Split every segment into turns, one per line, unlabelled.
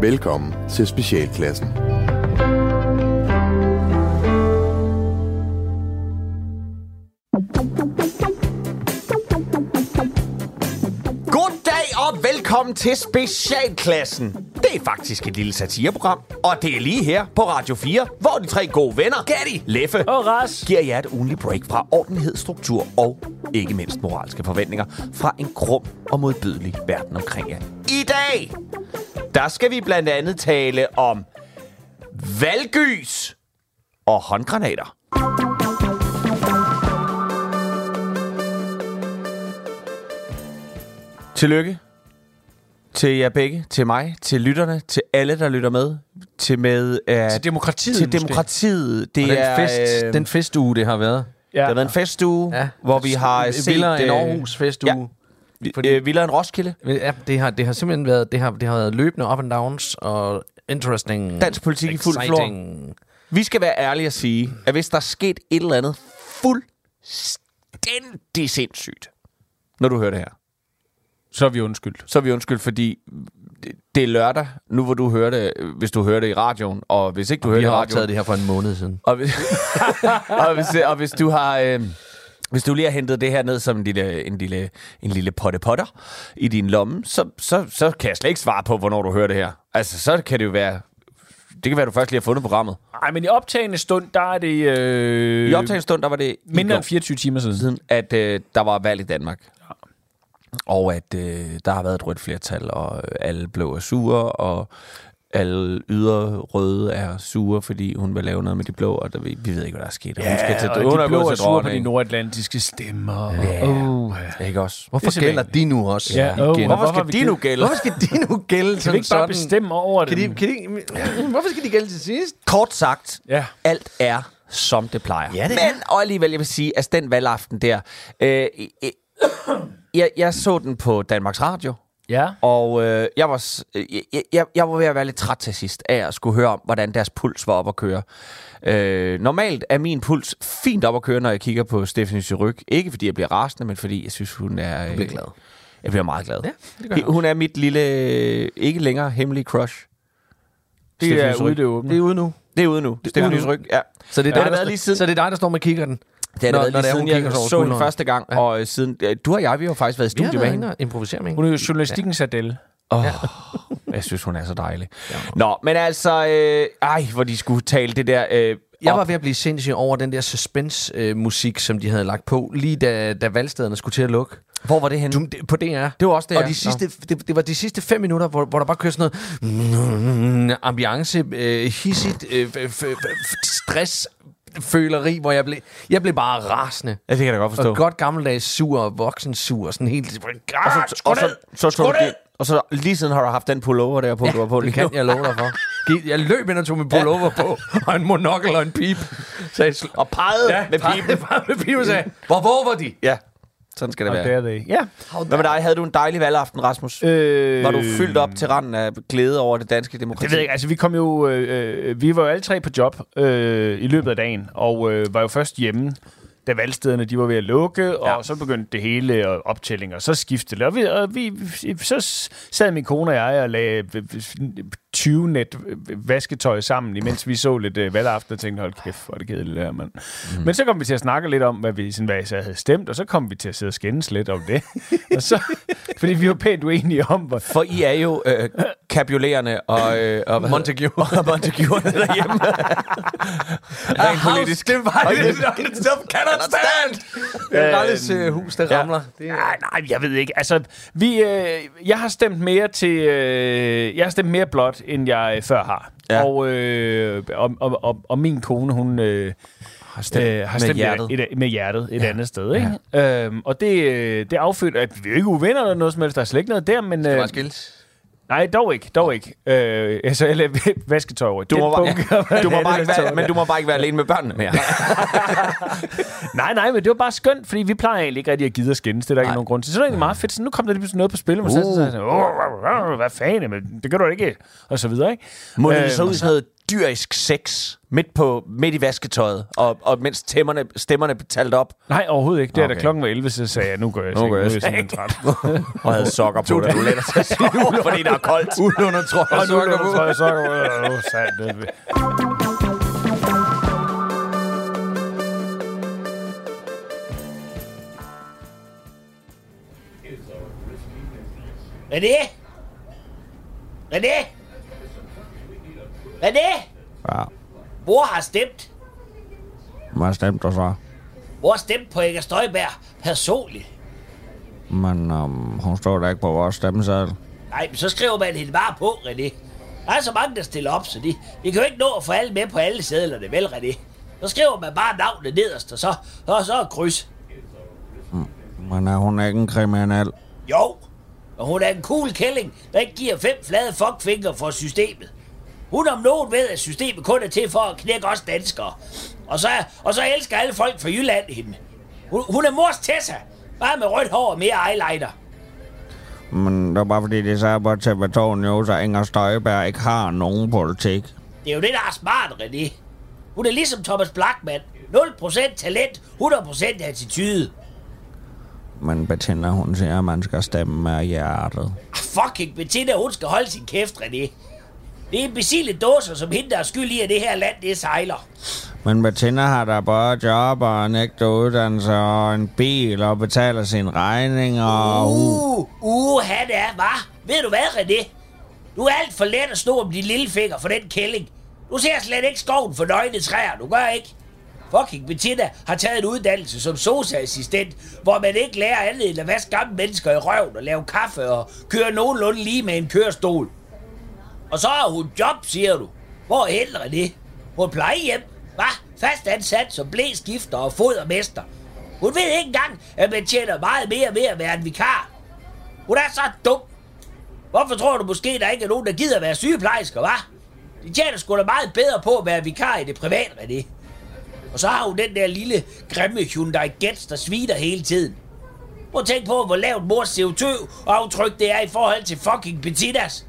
Velkommen til Specialklassen.
Goddag og velkommen til Specialklassen. Det er faktisk et lille satireprogram, og det er lige her på Radio 4, hvor de tre gode venner, Gatti, Leffe
Og Ras.
giver jer et ugenligt break fra ordenhed, struktur og ikke mindst moralske forventninger fra en krum og modbydelig verden omkring jer. I dag, der skal vi blandt andet tale om valgys og håndgranater. Tillykke til jer begge, til mig, til lytterne, til alle, der lytter med, til med... Uh,
Til demokratiet
Til
måske.
demokratiet. Det
Den,
er,
er, fest,
øh,
den festuge, det har været.
Ja.
det har været en festuge, ja. hvor vi har set...
Vildere end
øh,
Aarhus festuge.
Fordi... Øh, vildere end Roskilde.
Ja. ja. det, har, det har simpelthen været, det har, det har været løbende up and downs og interesting.
Dansk politik i fuld flor.
exciting.
Vi skal være ærlige og sige,
Mm.
at hvis der er sket et eller andet fuldstændig sindssygt, når du hører det her,
Så er vi undskyldt.
så er vi undskyld, fordi det- det er lørdag, nu hvor du hører det, øh, hvis du hører det i radioen, og hvis ikke du hører
Vi
det i
har
radioen,
optaget det her for en måned siden.
Og hvis, og hvis, og hvis du har... Øh, hvis du lige har hentet det her ned som en lille, en lille, en lille potte potter i din lomme, så, så, så kan jeg slet ikke svare på, hvornår du hører det her. Altså, så kan det jo være... Det kan være, du først lige har fundet programmet.
Ej, men i optagende stund, der er det øh,
I optagende stund, der var det i
mindre
går
end 24 timer siden.
siden, at øh, der var valg i Danmark. Og at øh, der har været et rødt flertal, og øh, alle blå er sure, og alle ydre røde er sure, fordi hun vil lave noget med de blå, og der, vi, vi ved ikke, hvad der er sket. og hun skal til,
og
hun
de
er
blå
gået
er
til
sure på de
dronningen.
nordatlantiske stemmer.
Ja.
Oh,
Ikke også?
Hvorfor
simpelthen-
gælder de nu også?
Ja,
igen?
åh,
oh, Hvorfor,
Hvorfor
Hvorfor
skal
vi
de
det?
nu gælde?
hvorfor skal de nu gælde
Kan vi
som
ikke bare
sådan?
bestemme over
Kan
det?
de, kan de, hvorfor skal de gælde til sidst?
Kort sagt,
Ja.
alt er, som det plejer.
Ja, det er.
Men og alligevel, jeg vil sige, at den valgaften der... Øh, øh, jeg, jeg så den på Danmarks Radio,
Ja.
og øh, jeg, var, s- øh, jeg, jeg, jeg var ved at være lidt træt til sidst af at skulle høre om, hvordan deres puls var op at køre. Øh, normalt er min puls fint op at køre, når jeg kigger på Stephanie Suryk. Ikke fordi jeg bliver rasende, men fordi jeg synes, hun er... Du
bliver glad.
Jeg bliver meget glad.
det gør
Hun- hun er mit lille, øh, ikke længere hemmelige crush.
Det
Stephanie
er ude
Surrugue.
i det åbne.
Det er ude nu.
Det er ude nu. Stephanie Suryk, ja.
Så det
Ja, det
er,
har
dig, der,
været lige siden-
så det er dig, der står med kikkerten.
Det har
Når-
det været
når
lige
det er,
siden,
hun
jeg
kigger over
så hende
skulderen.
første gang.
Ja.
Og øh, siden, øh, du og jeg, vi har jo faktisk været i
Vi har
studiet med
været
hende.
inde og improvisere med
Hun
hende.
er jo journalistikkens Adele.
Oh, jeg synes, hun er så dejlig. Nå, men altså... Øh, ej, hvor de skulle tale det der... Øh,
Jeg
op.
var ved at blive sindssyg over den der suspense-musik, som de havde lagt på, lige da, da valgstederne skulle til at lukke.
Hvor var det henne?
Du, det, på DR.
Det var også det,
Og
ja.
de sidste, det, det var de sidste fem minutter, hvor, hvor der bare kørte sådan noget mm, ambiance, øh, hissigt, øh, f- f- f- stress, føleri, hvor jeg blev, jeg blev bare rasende.
Ja, det kan jeg da godt
Og
forstå.
godt gammeldags sur og voksen sur, sådan helt...
Og
Ah,
så, og så, så, så, så, og så lige siden har du haft den pullover der på, ja, du var på.
det
lige
kan
nu.
jeg love dig for. Gik- Jeg løb ind og tog min pullover på, og en monokkel og en pip. Så jeg sl-
Og pegede
ja,
med pipen.
Bare med pipen og sagde, hvor hvor var de?
Ja, sådan skal det
Og
være.
der er det. Ja.
Hvad med dig? Havde du en dejlig valgaften, Rasmus?
Øh,
Var du fyldt op til randen af glæde over det danske demokrati?
Det ved jeg ikke. Altså, vi kom jo... Øh, øh, vi var jo alle tre på job øh, i løbet af dagen, og øh, var jo først hjemme, da valgstederne de var ved at lukke, ja. og så begyndte det hele og optælling, og så skiftede det. Og, vi, og vi, så s- sad min kone og jeg og lagde øh, øh, 20 net øh, vasketøj sammen, imens vi så lidt øh, valgaften og tænkte, hold kæft, hvor er det kedeligt det her, mand. Mm. Men så kom vi til at snakke lidt om, hvad vi sådan, hvad jeg så havde stemt, og så kom vi til at sidde og skændes lidt om det. og så, fordi vi var pænt uenige om, hvor,
For I er jo øh, kabriolerende og, øh, og Montague. Og Montaguerne derhjemme. Rent politisk.
Det var
Og det-
det. Stuff cannot stand. Det er Ralles øh, hus, der
ja.
ramler. Det er-
Nej, nej, jeg ved ikke. Altså, vi, øh, jeg har stemt mere til, øh, jeg har stemt mere blot, end jeg øh, før har.
Ja.
Ja. Og, øh, og, og, og, og min kone, hun øh, har
stemt
har
med
stemt
hjertet.
Et, et, med hjertet et ja. andet sted. Ikke? Øhm, og det, øh, det affødte, at vi er jo ikke uvenner eller noget som helst. Der er slet ikke noget der, men...
Det
Øh,
var skills.
nej, dog ikke. Dog ikke. Øh, altså, jeg lavede vasketøj over.
Du må,
Den
bare,
bunke og
du må
den
bare
anden
ikke være,
vasketøj.
men du må bare ikke være alene med børnene mere.
Nej, nej, men det var bare skønt, fordi vi plejer egentlig ikke rigtig at gide at skændes. Det er der ikke nogen grund til. Så det er egentlig meget fedt. Så nu kom der lige pludselig noget på spil, og man uh. sagde, sådan, "Åh, åh, åh, hvad fanden, men det gør du ikke, og så videre, ikke?
Må
Øh,
det så ud i sådan noget
dyrisk sex midt, på, midt i vasketøjet, og, og mens temmerne, stemmerne blev talt op,
Nej, overhovedet ikke. Det er okay. da
Okay.
klokken var 11, så sagde jeg, nu går jeg i
Nu
seng.
går
Nu
jeg
er
i
jeg simpelthen træt.
og havde sokker på, der du lettere til at sove, fordi der er koldt.
Uden under trøjer og
Og nu
sokker
lukker
på.
jeg sokker på. Åh, sandt.
René? René? René?
Ja,
Mor har stemt.
man stemte så.
Mor har stemt på Inger Støjberg personligt.
Men um, hun står da ikke på vores stemmeseddel.
Nej, men så skriver man hende bare på, René. Der er så mange, der stiller op, så de, de kan jo ikke nå at få alle med på alle sædlerne, vel, René? Så skriver man bare navnet nederst, og så, og så et kryds.
Men er hun ikke en kriminel?
Jo, og hun er en cool kælling, der ikke giver fem flade fuckfinger for systemet. Hun om nogen ved, at systemet kun er til for at knække os danskere. Og så, og så elsker alle folk fra Jylland hende. Hun, hun er mors Tessa, bare med rødt hår og mere eyeliner.
Men det er bare fordi, det sagde på TV2 News, at Inger Støjberg ikke har nogen politik.
Det er jo det, der er smart, René. Hun er ligesom Thomas Blackman. 0% talent, 100% attitude.
Men Bettina, hun siger, at man skal stemme med hjertet.
Ah, Fucking Bettina, hun skal holde sin kæft, René. Det er imbecile dåser, som hende, der er skyld i, at det her land, det sejler.
Men Bettina har da både job og en ægte uddannelse og en bil og betaler sine regninger og...
Uh, uh, han er, hva? Ved du hvad, René? Du er alt for let at stå om din lille finger for den kælling. Du ser slet ikke skoven for nøgne træer, du gør ikke. Fucking Bettina har taget en uddannelse som sosa-assistent, hvor man ikke lærer andet end at vaske gamle mennesker i røven og lave kaffe og køre nogenlunde lige med en kørestol. Og så har hun job, siger du. Hvor er det? På et plejehjem? Hva? Fast ansat som blæskifter og fodermester. Hun ved ikke engang, at man tjener meget mere ved at være en vikar. Hun er så dum. Hvorfor tror du måske, der ikke er nogen, der gider at være sygeplejersker, hva? De tjener sgu da meget bedre på at være vikar i det private, René. Og så har hun den der lille, grimme Hyundai Getz, der sviner hele tiden. Prøv at tænke på, hvor lavt mors CO2-aftryk det er i forhold til fucking Betittas.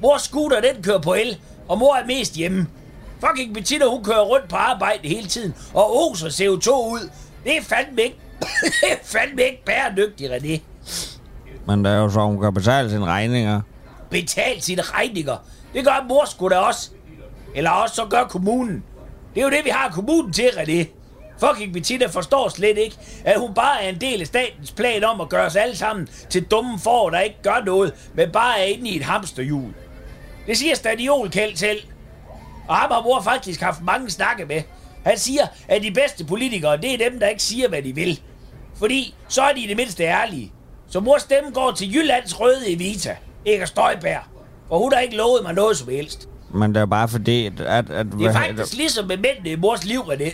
Mors scooter, den kører på el, og mor er mest hjemme. Fucking Bettina, hun kører rundt på arbejde hele tiden og oser CO2 ud. Det er fandme ikke, det er fandme ikke bæredygtigt, René.
Men det er jo så, hun kan betale sine regninger.
Betal sine regninger. Det gør mor sgu da også. Eller også så gør kommunen. Det er jo det, vi har kommunen til, René. Fucking Bettina forstår slet ikke, at hun bare er en del af statens plan om at gøre os alle sammen til dumme får, der ikke gør noget, men bare er inde i et hamsterhjul. Det siger Stadiol Kjeld selv. Og ham har mor faktisk haft mange snakke med. Han siger, at de bedste politikere, det er dem, der ikke siger, hvad de vil. Fordi så er de i det mindste ærlige. Så mors stemme går til Jyllands røde Evita, Inger Støjberg. For hun har ikke lovet mig noget som helst.
Men det er bare fordi, at... at
Det er faktisk ligesom med mændene i mors liv, René.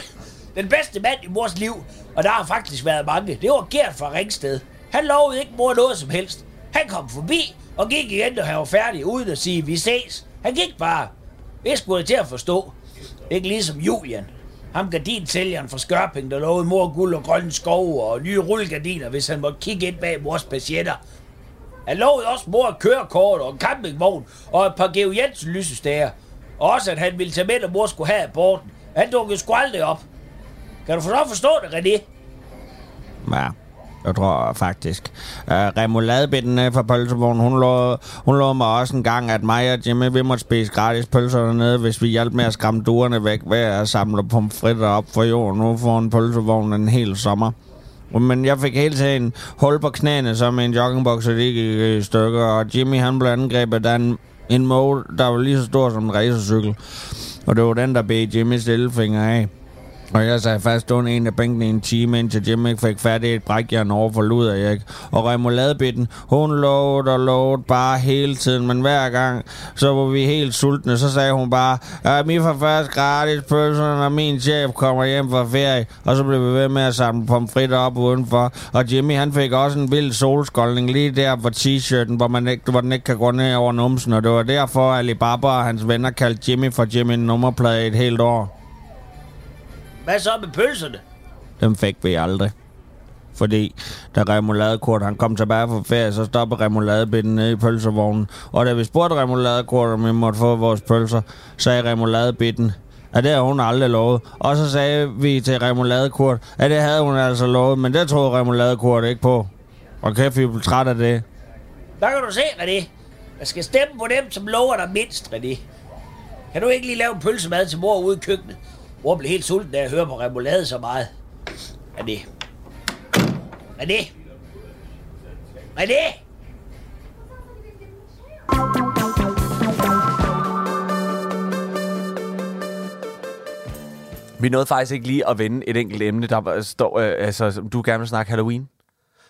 Den bedste mand i mors liv, og der har faktisk været mange, det var Gert fra Ringsted. Han lovede ikke mor noget som helst. Han kom forbi og gik igen, når han var færdig, uden at sige, vi ses. Han gik bare. Det skulle jeg til at forstå. Ikke ligesom Julian. Ham gardinsælgeren fra Skørping, der lovede mor guld og grønne skove og nye rullegardiner, hvis han måtte kigge ind bag mors patienter. Han lovede også mor et kørekort og en campingvogn og et par Geo Jensen lysestager. Og også at han ville tage med, når mor skulle have aborten. Han dukkede sgu aldrig op. Kan du så forstå det, René?
Ja, jeg tror faktisk. Uh, remouladebinden øh, fra pølsevognen, hun lovede, hun lovede mig også en gang, at mig og Jimmy, vi måtte spise gratis pølser dernede, hvis vi hjalp med at skræmme duerne væk ved at samle pomfritter op for jorden. Nu får en pølsevogn en hel sommer. Men jeg fik hele tiden hul på knæene, så min joggingbukser de gik i stykker, og Jimmy han blev angrebet af en, en mål, der var lige så stor som en racercykel. Og det var den, der blev Jimmys lillefinger af. Og jeg sagde fast under en af bænkene i en time, indtil Jim ikke fik fat i et brækjern over for luder jeg ikke. Og remoladebitten, hun lovede og lovede bare hele tiden, men hver gang, så var vi helt sultne, så sagde hun bare, at vi får først gratis pølser, når min chef kommer hjem fra ferie. Og så blev vi ved med at samle pomfritter op udenfor. Og Jimmy, han fik også en vild solskoldning lige der på t-shirten, hvor, man ikke, hvor den ikke kan gå ned over numsen. Og det var derfor, at Alibaba og hans venner kaldte Jimmy for Jimmy nummerplade et helt år.
Hvad så med pølserne?
Dem fik vi aldrig. fordi da remouladekort han kom tilbage fra ferie, så stoppede remouladebitten nede i pølsevognen. Og da vi spurgte remouladekort, om vi måtte få vores pølser, sagde remouladebitten, at det havde hun aldrig lovet. Og så sagde vi til remouladekort, at det havde hun altså lovet, men det troede remouladekort ikke på. Og kæft, vi blev træt af det.
Der kan du se, René. Jeg skal stemme på dem, som lover dig mindst, René. Kan du ikke lige lave en pølsemad til mor ude i køkkenet? Mor blev helt sulten, da jeg hører på remoulade så meget. René. René. René!
Vi nåede faktisk ikke lige at vende et enkelt emne, der var- står, øh, altså, som du gerne vil snakke Halloween.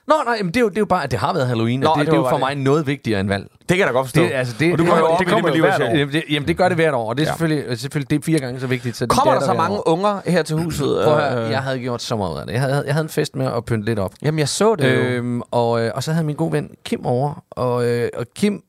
Nå, nej, men det er, jo, det er jo bare, at det har været Halloween, Nå,
Nå,
og det,
det
det, det er
var
jo for
bare
mig noget vigtigere end valg.
Det kan jeg da godt forstå.
Det, altså, det,
og du kommer jo op
det
med
kommer
det,
jo
med
hvert
livet
år.
Jamen, det, jamen, det gør det hvert år, og det er selvfølgelig, selvfølgelig det er fire gange så vigtigt. Så det
Kommer
er
der så
hvert
mange
år.
unger her til huset?
Prøv at
Øh,
høre, jeg havde gjort så meget ud af det. Jeg havde, jeg havde en fest med at pynte lidt op.
Jamen, jeg så det øh, jo.
Øhm, og, øh, og så havde min gode ven Kim over, og, øh, og Kim,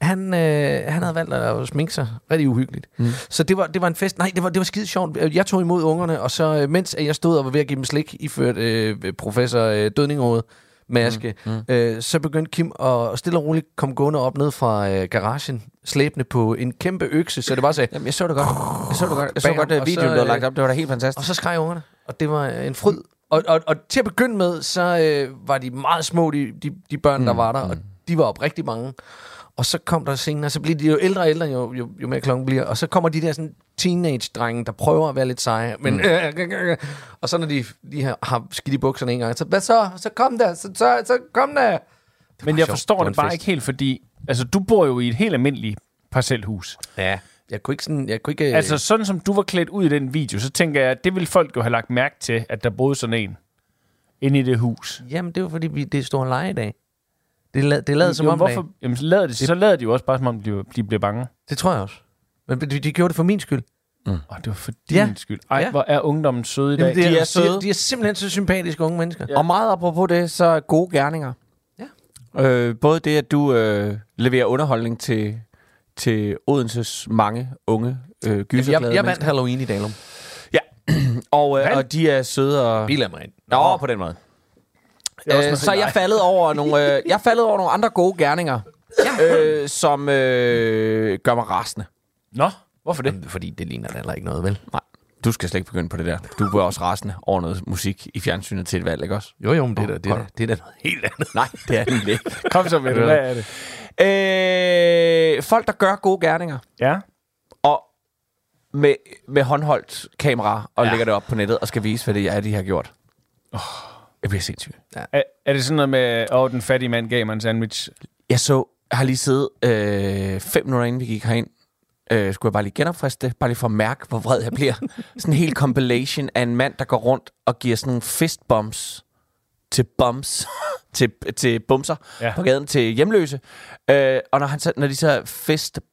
han, øh, han havde valgt at sminke sig rigtig uhyggeligt. Mm. Så det var, det var en fest. Nej, det var, det var skide sjovt. Jeg tog imod ungerne, og så øh, mens jeg stod og var ved at give dem slik, iført øh, professor øh, Dødningerådet maske, mm. Mm. Øh, så begyndte Kim at stille og roligt komme gående op ned fra øh, garagen, slæbende på en kæmpe økse, så det bare sagde...
Jamen, jeg så det godt. Jeg så det godt. Jeg så
Bag
godt,
ham,
at
og
videoen
så,
blev
øh,
lagt op. Det var da helt
Og
fantastisk.
så skreg ungerne, og det var øh, en fryd. Og, og, og til at begynde med, så øh, var de meget små, de, de, de børn, mm, der var der, og de var op rigtig mange. Og så kom der senere, så bliver de jo ældre og ældre, jo, jo, jo mere klokken bliver. Og så kommer de der sådan teenage-drenge, der prøver at være lidt seje. Men, mm. og så når de, de har, har skidt i bukserne en gang, så hvad så? Så kom der, så, så, så kom der.
Men jeg
sjovt.
forstår
Det var
det,
en
bare
fest.
ikke helt, fordi... Altså, du bor jo i et helt almindeligt parcelhus.
Ja, jeg kunne ikke sådan, jeg kunne ikke... øh,
Altså, sådan som du var klædt ud i den video, så tænker jeg, at det ville folk jo have lagt mærke til, at der boede sådan en inde i det hus.
Jamen, det er jo fordi, vi, det er stor leje i dag. Det er, la- det er lavet som
jo,
om
hvorfor, jamen, så lader de, så lader de jo også bare, som om de, de bliver bange.
Det tror jeg også. Men de, de gjorde det for min skyld.
Mm.
Åh, det var for din
Ja.
ja. skyld. Ej,
Ja.
ja. hvor er ungdommen søde i dag.
Jamen,
Jamen,
det
det...
er,
De er
de, er
søde.
de, de er simpelthen så sympatiske unge mennesker.
Og meget apropos det, så er gode gerninger.
Ja.
Øh, både det, at du øh, leverer underholdning til, til Odenses mange unge øh, gyserglade
Jeg, jeg vandt
mennesker.
Halloween i Dalum.
Og, øh,
Vandt?
og de er søde og...
Biler mig ind.
Nå, på den måde.
er også
Øh,
noget
så
helt-
jeg faldet over nogle, øh, jeg faldet over nogle andre gode gerninger, øh, som øh, gør mig rasende.
Nå, hvorfor det?
Jamen, fordi det ligner da heller ikke noget, vel?
Nej, du skal slet ikke begynde på det der. Du bliver også rasende over noget musik i fjernsynet til et valg, ikke også?
Jo, jo, men det, oh, det, er, da- det er da noget helt andet.
Nej, det er det egentlig ikke.
Kom så med det. Hvad er det?
Øh, folk, der gør gode gerninger
Ja.
og med, med håndholdt kamera og ja. lægger det op på nettet og skal vise, hvad det er, de har gjort. Oh, jeg bliver sindssyg.
Er, er det sådan noget med, åh, den fattige mand gav mig en sandwich?
Jeg så, jeg har lige siddet øh, fem minutter, inden vi gik herind. Øh, skulle jeg bare lige genopfriske det, bare lige for at mærke, hvor vred jeg bliver. sådan en hel compilation af en mand, der går rundt og giver sådan nogle fistbombs til bums, til, til bumser ja.
Ja.
på gaden, til hjemløse. Øh, og når, han så, når de så fistbomber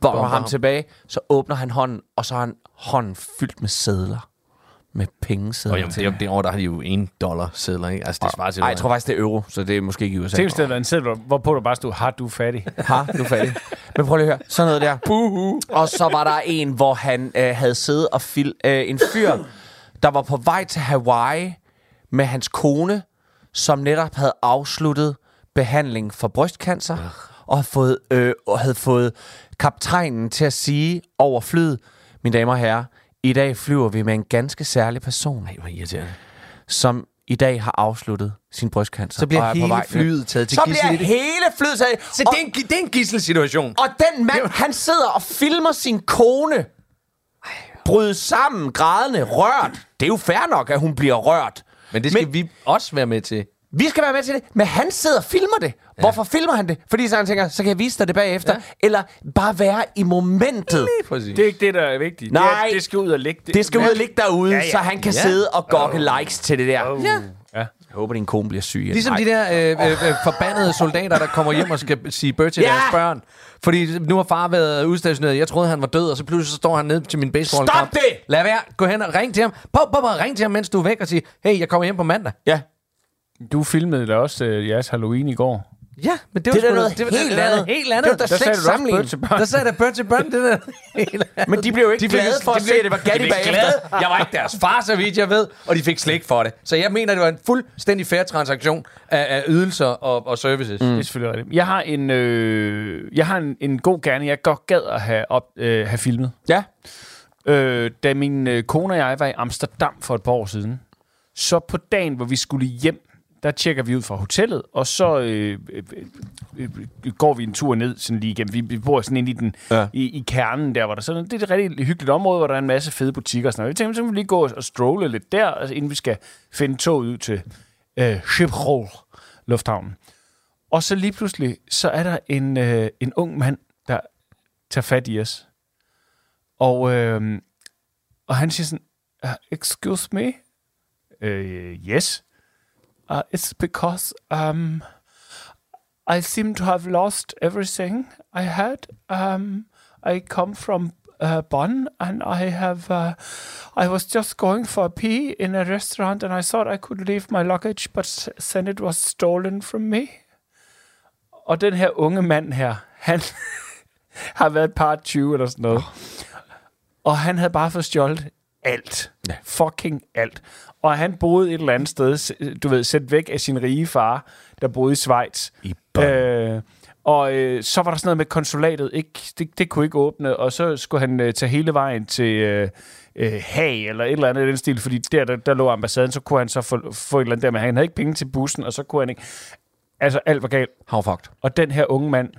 Bomber
ham
ham.
tilbage, så åbner han hånden, og så har han hånden fyldt med sædler. Med pengesedler.
Og jamen, det, det år, der har de jo en dollar sædler, ikke? Altså, det svarer til...
Ej, jeg tror faktisk, det er euro, så det er måske ikke i USA.
Tænk, hvis det havde været en sædler, hvorpå der bare stod, har du fattig?
Har, du er fattig. Men prøv lige at høre. Sådan noget der. Buhu. Og så var der en, hvor han øh, havde siddet og fil, øh, en fyr, der var på vej til Hawaii med hans kone, som netop havde afsluttet behandling for brystcancer, og havde fået, øh, og havde fået kaptajnen til at sige over flyet, mine damer og herrer, i dag flyver vi med en ganske særlig person,
Ej, hvor irriterende.
som i dag har afsluttet sin brystcancer.
Så bliver
og er på
hele
vej ned.
flyet taget til
Så
gidsel i
bliver
det.
hele flyet taget.
Så
Og-
det er en, gi- det er en gisselsituation.
og den mand, han sidder og filmer sin kone bryde sammen, grædende, rørt. Det er jo fair nok, at hun bliver rørt.
Men det skal
Men-
men, vi også være med til.
Vi skal være med til det, men han sidder og filmer det. Ja. Hvorfor filmer han det? Fordi så han tænker, så kan jeg vise dig det bagefter. Ja. Eller bare være i momentet.
Præcis.
Det er ikke det, der er vigtigt. Det er,
Nej.
Det skal ud og ligge.
Det skal ud og ligge derude, ja,
Ja,
ja.
ja.
så han kan ja.
Ja.
sidde og gokke oh. likes til det der.
Oh.
Jeg
Ja.
håber, din kone bliver syg. igen.
Ligesom
Ej.
de der øh, øh, øh, forbandede soldater, der kommer hjem og skal sige bøh til
Ja!
ja! deres børn. Fordi nu har far været udstationeret, jeg troede, han var død, og så pludselig så står han ned til min baseballkamp.
Stop det!
Lad være, gå hen og ring til ham. Pop, pop, pop, ring til ham, mens du er væk, og sige, hey, jeg kommer hjem på mandag.
Ja.
Du filmede da også øh, jeres Halloween i går.
Ja, men det var
Det er da
sgu
noget
det, var da
helt
noget
andet.
helt andet.
Det var da slet ikke sammenlignet.
Der sagde der Bird to Burn, det der helt
Men de blev jo ikke de glade for at se, at det var Gatti bagefter.
Jeg var ikke deres far, så vidt jeg ved, og de fik slik for det. Så jeg mener, det var en fuldstændig fair transaktion af, af ydelser og, og services. Mm.
Det er selvfølgelig rigtigt. Jeg har en, øh, jeg har en, en god gerne, jeg godt gad at have, op, øh, have filmet.
Ja.
Øh, da min øh, kone og jeg var i Amsterdam for et par år siden, så på dagen, hvor vi skulle hjem, der tjekker vi ud fra hotellet, og så øh, øh, øh, øh, går vi en tur ned sådan lige igennem. Vi, vi bor sådan inde i, den, ja. i, i kernen der, hvor der sådan, det er et rigtig hyggeligt område, hvor der er en masse fede butikker og sådan noget. Vi tænkte, så kan vi lige gå og strolle lidt der, altså, inden vi skal finde toget ud til øh, Schiphol Lufthavnen. Og så lige pludselig, så er der en, øh, en ung mand, der tager fat i os. Og, øh, og han siger sådan, "Uh, excuse me? Øh, yes. Uh, it's because um, I seem to have lost everything I had. Um, I come from uh, Bonn and I have uh, I was just going for a pee in a restaurant and I thought I could leave my luggage, but then it was stolen from me. Og den her unge mand her, han har været par 20 eller sådan noget. Og han havde bare fået stjålet alt. Ja. Fucking alt. Og han boede et eller andet sted, s- du ved, sendt væk af sin rige far, der boede i Schweiz.
I
øh, og øh, så var der sådan noget med konsulatet. Ikke, det, det kunne ikke åbne, og så skulle han øh, tage hele vejen til øh, øh, Haag eller et eller andet i den stil, fordi der, der, der lå ambassaden, så kunne han så få, få et eller andet der, men han havde ikke penge til bussen, og så kunne han ikke... Altså, alt var galt.
How fucked.
Og den her unge mand,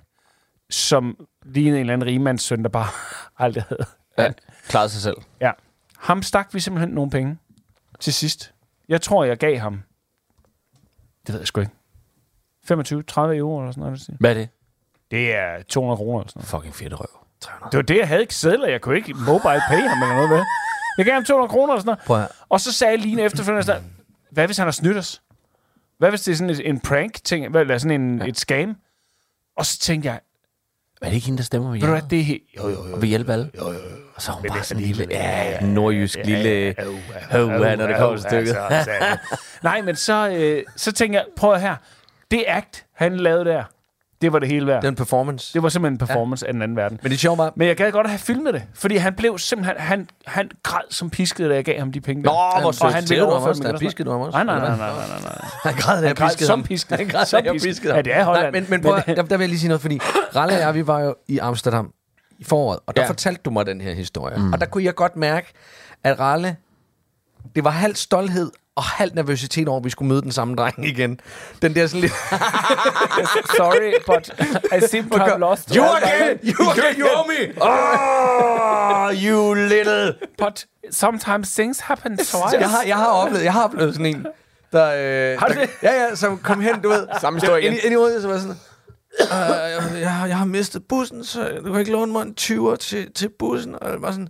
som lignede en eller anden rigemandssøn, der bare aldrig havde.
Ja. Klarede sig selv.
Ja. Ham stak vi simpelthen nogle penge til sidst. Jeg tror, jeg gav ham, det ved jeg sgu ikke, 25, 30 euro eller sådan noget. vil jeg sige.
Hvad er det?
Det er 200 kroner eller sådan noget.
Fucking fedt røv.
Det var det, jeg havde ikke sædler. Jeg kunne ikke mobile pay ham eller noget med. Jeg gav ham 200 kroner eller sådan
Prøv at
noget.
høre.
Og så sagde Line efterfølgende, sådan, hvad hvis han har snydt os? Hvad hvis det er sådan et, en prank-ting, hvad- eller sådan en, ja. et scam? Og så tænkte jeg,
Er det ikke hende, der stemmer med
ved du
jer?
hvad, det er helt... Jo, jo,
Og vil hjælpe alle? Jo, jo, jo. Og så er hun bare sådan en lille, ja, nordjysk lille høvha,
Øv,
når det kommer
øv,
til stykket.
altså, altså. Nej, men så, øh, så tænker jeg, prøv at høre her. Det act, han lavede der, det var det hele værd.
Den performance.
Det var simpelthen en performance ja. af den anden verden.
Men det sjove var,
Men jeg gad godt at have filmet det, fordi han blev simpelthen, han, han græd som pisket, da jeg gav ham de penge. der.
Nå, hvor sødt.
han
Stillede
ville
du ham
overføre
også?
dem,
Der
eller
piskede du ham
Nej,
også?
nej, nej,
Eller
nej, nej, nej, nej.
Han græd, da jeg
græd
piskede
som
ham.
pisket.
Han græd,
Som
da jeg
pisket.
piskede ham.
Ja, det er Holland.
Nej, men,
Men-
men prøv, at- der, der vil jeg lige sige noget, fordi Ralle og jeg, vi var jo i Amsterdam i foråret, og der
Ja.
ja. fortalte du mig den her historie. Mm. Og der kunne jeg godt mærke, at Ralle, det var halv stolthed og halv nervøsitet over, at vi skulle møde den samme dreng igen. Den der sådan lidt...
Sorry, but I seem to have lost.
You
all my-
again! You again, you owe me!
Ah,
Oh, you little...
But sometimes things happen
Så
twice.
jeg har, jeg har oplevet, jeg har oplevet sådan en, der... Øh,
Har du
der-
det?
Ja, ja, som kom hen, du ved.
Samme historie
ind,
igen.
i- ind i hovedet, så var jeg sådan... Øh, jeg, jeg, har- jeg har mistet bussen, så du kan ikke låne mig en 20'er til, til bussen. Og jeg var sådan...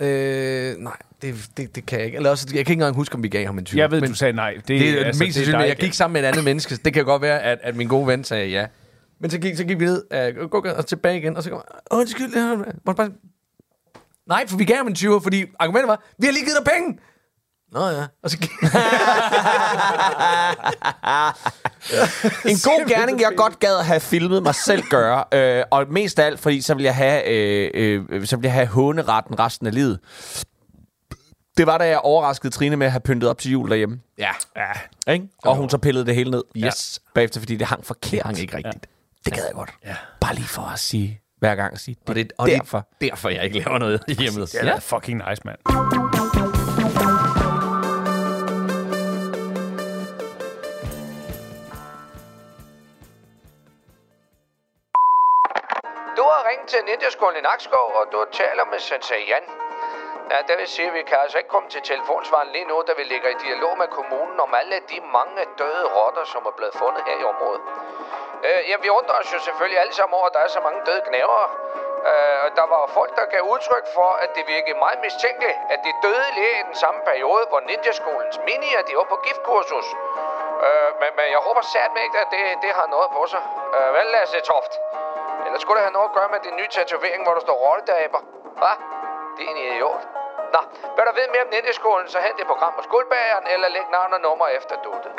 Øh, nej, det, det, det kan jeg ikke. Eller også, jeg kan ikke engang huske, om vi gav ham en 20'er.
Jeg ved,
men
du sagde nej. Det,
det er altså, mest
dig,
sandsynligt, at jeg
ikke?
gik sammen med et andet menneske. Det kan godt være, at, at min gode ven sagde ja. Men så gik, så gik vi ned øh, gå- gå- og tilbage igen, og så kom jeg, undskyld, det her, hvor det bare, nej, for vi gav ham en 20'er, fordi argumentet var, vi har lige givet dig penge. Nå ja, og så gik,
En god gerning, jeg godt gad at have filmet mig selv gøre. Øh, og mest af alt, fordi så vil jeg have, øh, øh, så vil jeg have håneretten resten af livet. Det var, da jeg overraskede Trine med at have pyntet op til jul derhjemme.
ja,
Ja. Ikke? Og hun så pillede det hele ned. Yes. Ja. Bagefter, fordi det hang forkert. Det hang ikke rigtigt. Ja. Det gad jeg godt. Ja. Bare lige for at sige, hver gang at sige, det,
og det,
og
og det er
derfor.
derfor, jeg ikke laver noget hjemme.
Det er da fucking nice, mand.
Du har ringet til Ninjaskolen i Nakskov, og du taler med Sensei Jan. Ja, det vil sige, at vi kan altså ikke komme til telefonsvaren lige nu, da vi ligger i dialog med kommunen om alle de mange døde rotter, som er blevet fundet her i området. Øh, ja, vi undrer os jo selvfølgelig alle sammen over, at der er så mange døde knæver. Øh, og der var folk, der gav udtryk for, at det virkede meget mistænkeligt, at de døde lige i den samme periode, hvor Ninjaskolens minier, de var på giftkursus. Øh, men, men jeg håber satme ikke, at det, det har noget på sig. Øh, vel, Lasse Toft? Ellers skulle det have noget at gøre med din nye tatovering, hvor der står rolledaber. Hva? Det er en idiot. Nå, hvad der ved mere om Ninjaskolen, så hent det program hos guldbageren, eller læg navn og nummer efter duttet.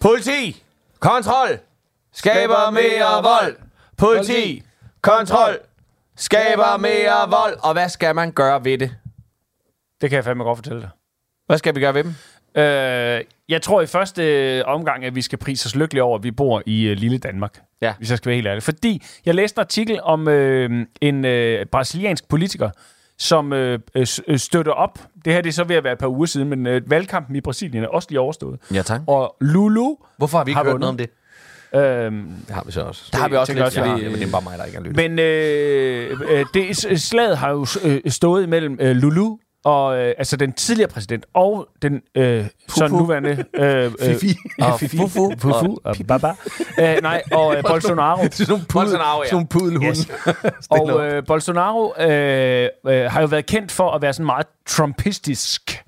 Politi! Kontrol! Skaber mere vold! Politi! Kontrol! Skaber mere vold! Og hvad skal man gøre ved det?
Det kan jeg fandme godt fortælle dig.
Hvad skal vi gøre ved dem?
Øh, jeg tror i første øh, omgang, at vi skal prise os lykkelige over, at vi bor i øh, lille Danmark.
Ja.
Hvis jeg skal være helt ærlig. Fordi jeg læste en artikel om øh, en øh, brasiliansk politiker, som øh, øh, s- øh, støtter op. Det her det er så ved at være et par uger siden, men øh, valgkampen i Brasilien er også lige overstået.
Ja, tak.
Og Lulu...
Hvorfor har vi ikke
Har
har
vi
hørt
noget?
noget om det?
Øh,
Øhm, Det har vi så også.
Der har vi også
tænker
lidt,
også,
fordi...
fordi-
Ja, men det er bare mig, der ikke har lyttet.
Men øh, øh, det, s- slaget har jo øh, stået imellem øh, Lulu og øh, altså den tidligere præsident og den øh, sådan nuværende øh, øh, Fifi.
Og Fufu.
Fufu og Baba. Æ, nej, og øh, Bolsonaro.
Bolsonaro, ja.
pudelhund. Yes.
Og øh, Bolsonaro øh, øh, har jo været kendt for at være sådan meget trumpistisk.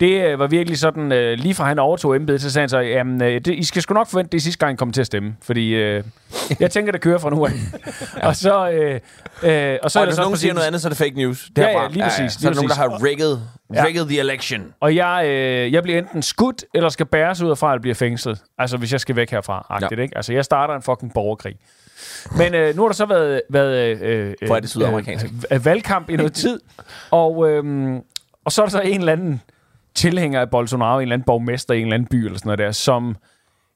Det øh, var virkelig sådan, øh, lige fra han overtog embedet, så sagde han så, jamen, øh, det, I skal sgu nok forvente, det er sidste gang, I kommer til at stemme, fordi øh, jeg tænker, det kører fra nu af. og så... Øh, øh, og så
Så
er
og
der
hvis
så
nogen siger
præcis-
noget andet, så er det fake news.
Ja, ja,
Derfra.
lige præcis,
Så er der nogen,
lige
der har rigged, rigged the election.
Og jeg, øh, jeg bliver enten skudt, eller skal bæres ud af fra, eller bliver fængslet. Altså, hvis jeg skal væk herfra. Agtigt,
Ja.
ikke? Altså, jeg starter en fucking borgerkrig. Men øh, nu har der så været, været øh, øh,
Hvor er det sydamerikansk.
øh, valgkamp i noget tid. Og, øh, og så er der så en eller anden tilhænger af Bolsonaro, en eller anden borgmester i en eller anden by, eller sådan noget der, som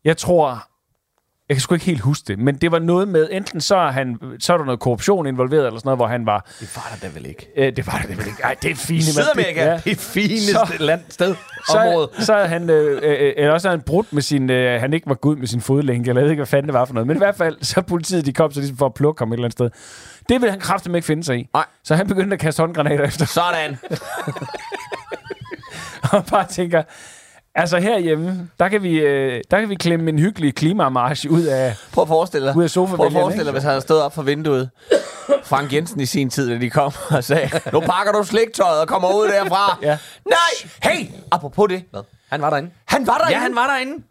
jeg tror jeg kan sgu ikke helt huske det, men det var noget med, enten så er, han, så er der noget korruption involveret, eller sådan noget, hvor han var... Det var der da vel ikke. Øh, det var der da vel ikke. Ej, det er fint. mand.
Sydamerika.
Ja
Det fineste land, sted, område.
så, så havde han, øh, øh, eller også havde han brudt med sin, øh, han ikke var gud med sin fodlænke, eller jeg ved ikke, hvad fanden det var for noget. Men i hvert fald, så politiet, de kom så ligesom for at plukke ham et eller andet sted. Det ville han kraftedeme ikke finde sig i.
Nej.
Så han begyndte at kaste håndgranater efter,
Sådan.
og bare tænker, altså herhjemme, der kan vi, øh, der kan vi klemme en hyggelig klimamarch ud af...
Prøv at forestille dig.
Ud af sofaen,
Prøv at
vælger han,
forestille dig,
ikke?
hvis han havde stået op for vinduet. Frank Jensen i sin tid, da de kom og sagde, nu pakker du sliktøjet og kommer ud derfra.
Ja.
Nej! Hey! Apropos det. Hvad?
Han var derinde.
Han var derinde.
Ja, han var derinde.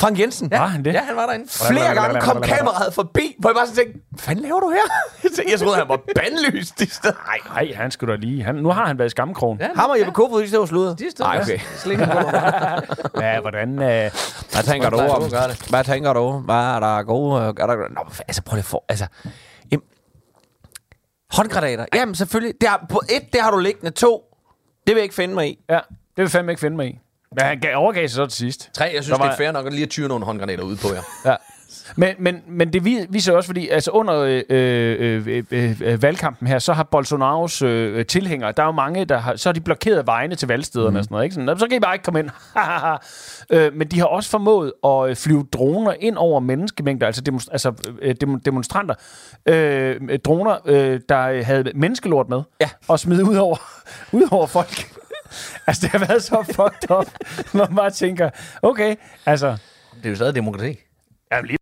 Frank Jensen.
Var han det?
Ja, han var derinde.
Flere gange kom kameraet forbi, hvor jeg bare sådan tænkte, hvad fanden laver du her? Jeg tænkte, Jeg troede, han var bandlyst i stedet. Nej.
Nej, han skulle da lige... Han, nu har han været i skammekrogen. Ja,
Ham og Jeppe Kofod, de stod og sludrede.
De stod
Nej,
og
okay.
slikkede på mig.
ja hvordan... Øh,
Hvad tænker du
Hvordan
om?
gør det?
Hvad tænker du? Hvad er der gode? øh, Er der... Nå, men altså prøv lige for... Altså, jamen, håndgranater. Jamen selvfølgelig. Det har, på et, det har du liggende. To, det vil jeg ikke finde mig i.
ja, det vil fandme ikke finde mig i. Men han gav- overgav sig så til sidst.
Tre, jeg synes,
Der var-
det er fair nok at lige at tyre nogle håndgranater ud på jer.
Ja. Men, men, men det vi- viser også, fordi altså under øh, øh, øh, øh, øh, valgkampen her, så har Bolsonaros øh, øh, tilhængere, der er jo mange, der har, så har de blokeret vejene til valgstederne mm. og sådan noget. Ikke? Sådan, "Nå, så kan I bare ikke komme ind. øh, men de har også formået at øh, flyve droner ind over menneskemængder, altså, demonst- altså øh, dem- demonstranter. Øh, øh, droner, øh, der øh, havde menneskelort med
Ja.
og smide ud over, ud over folk. altså det har været så fucked up, man bare tænker, okay, altså...
Det er jo stadig demokrati.
Jamen, lige...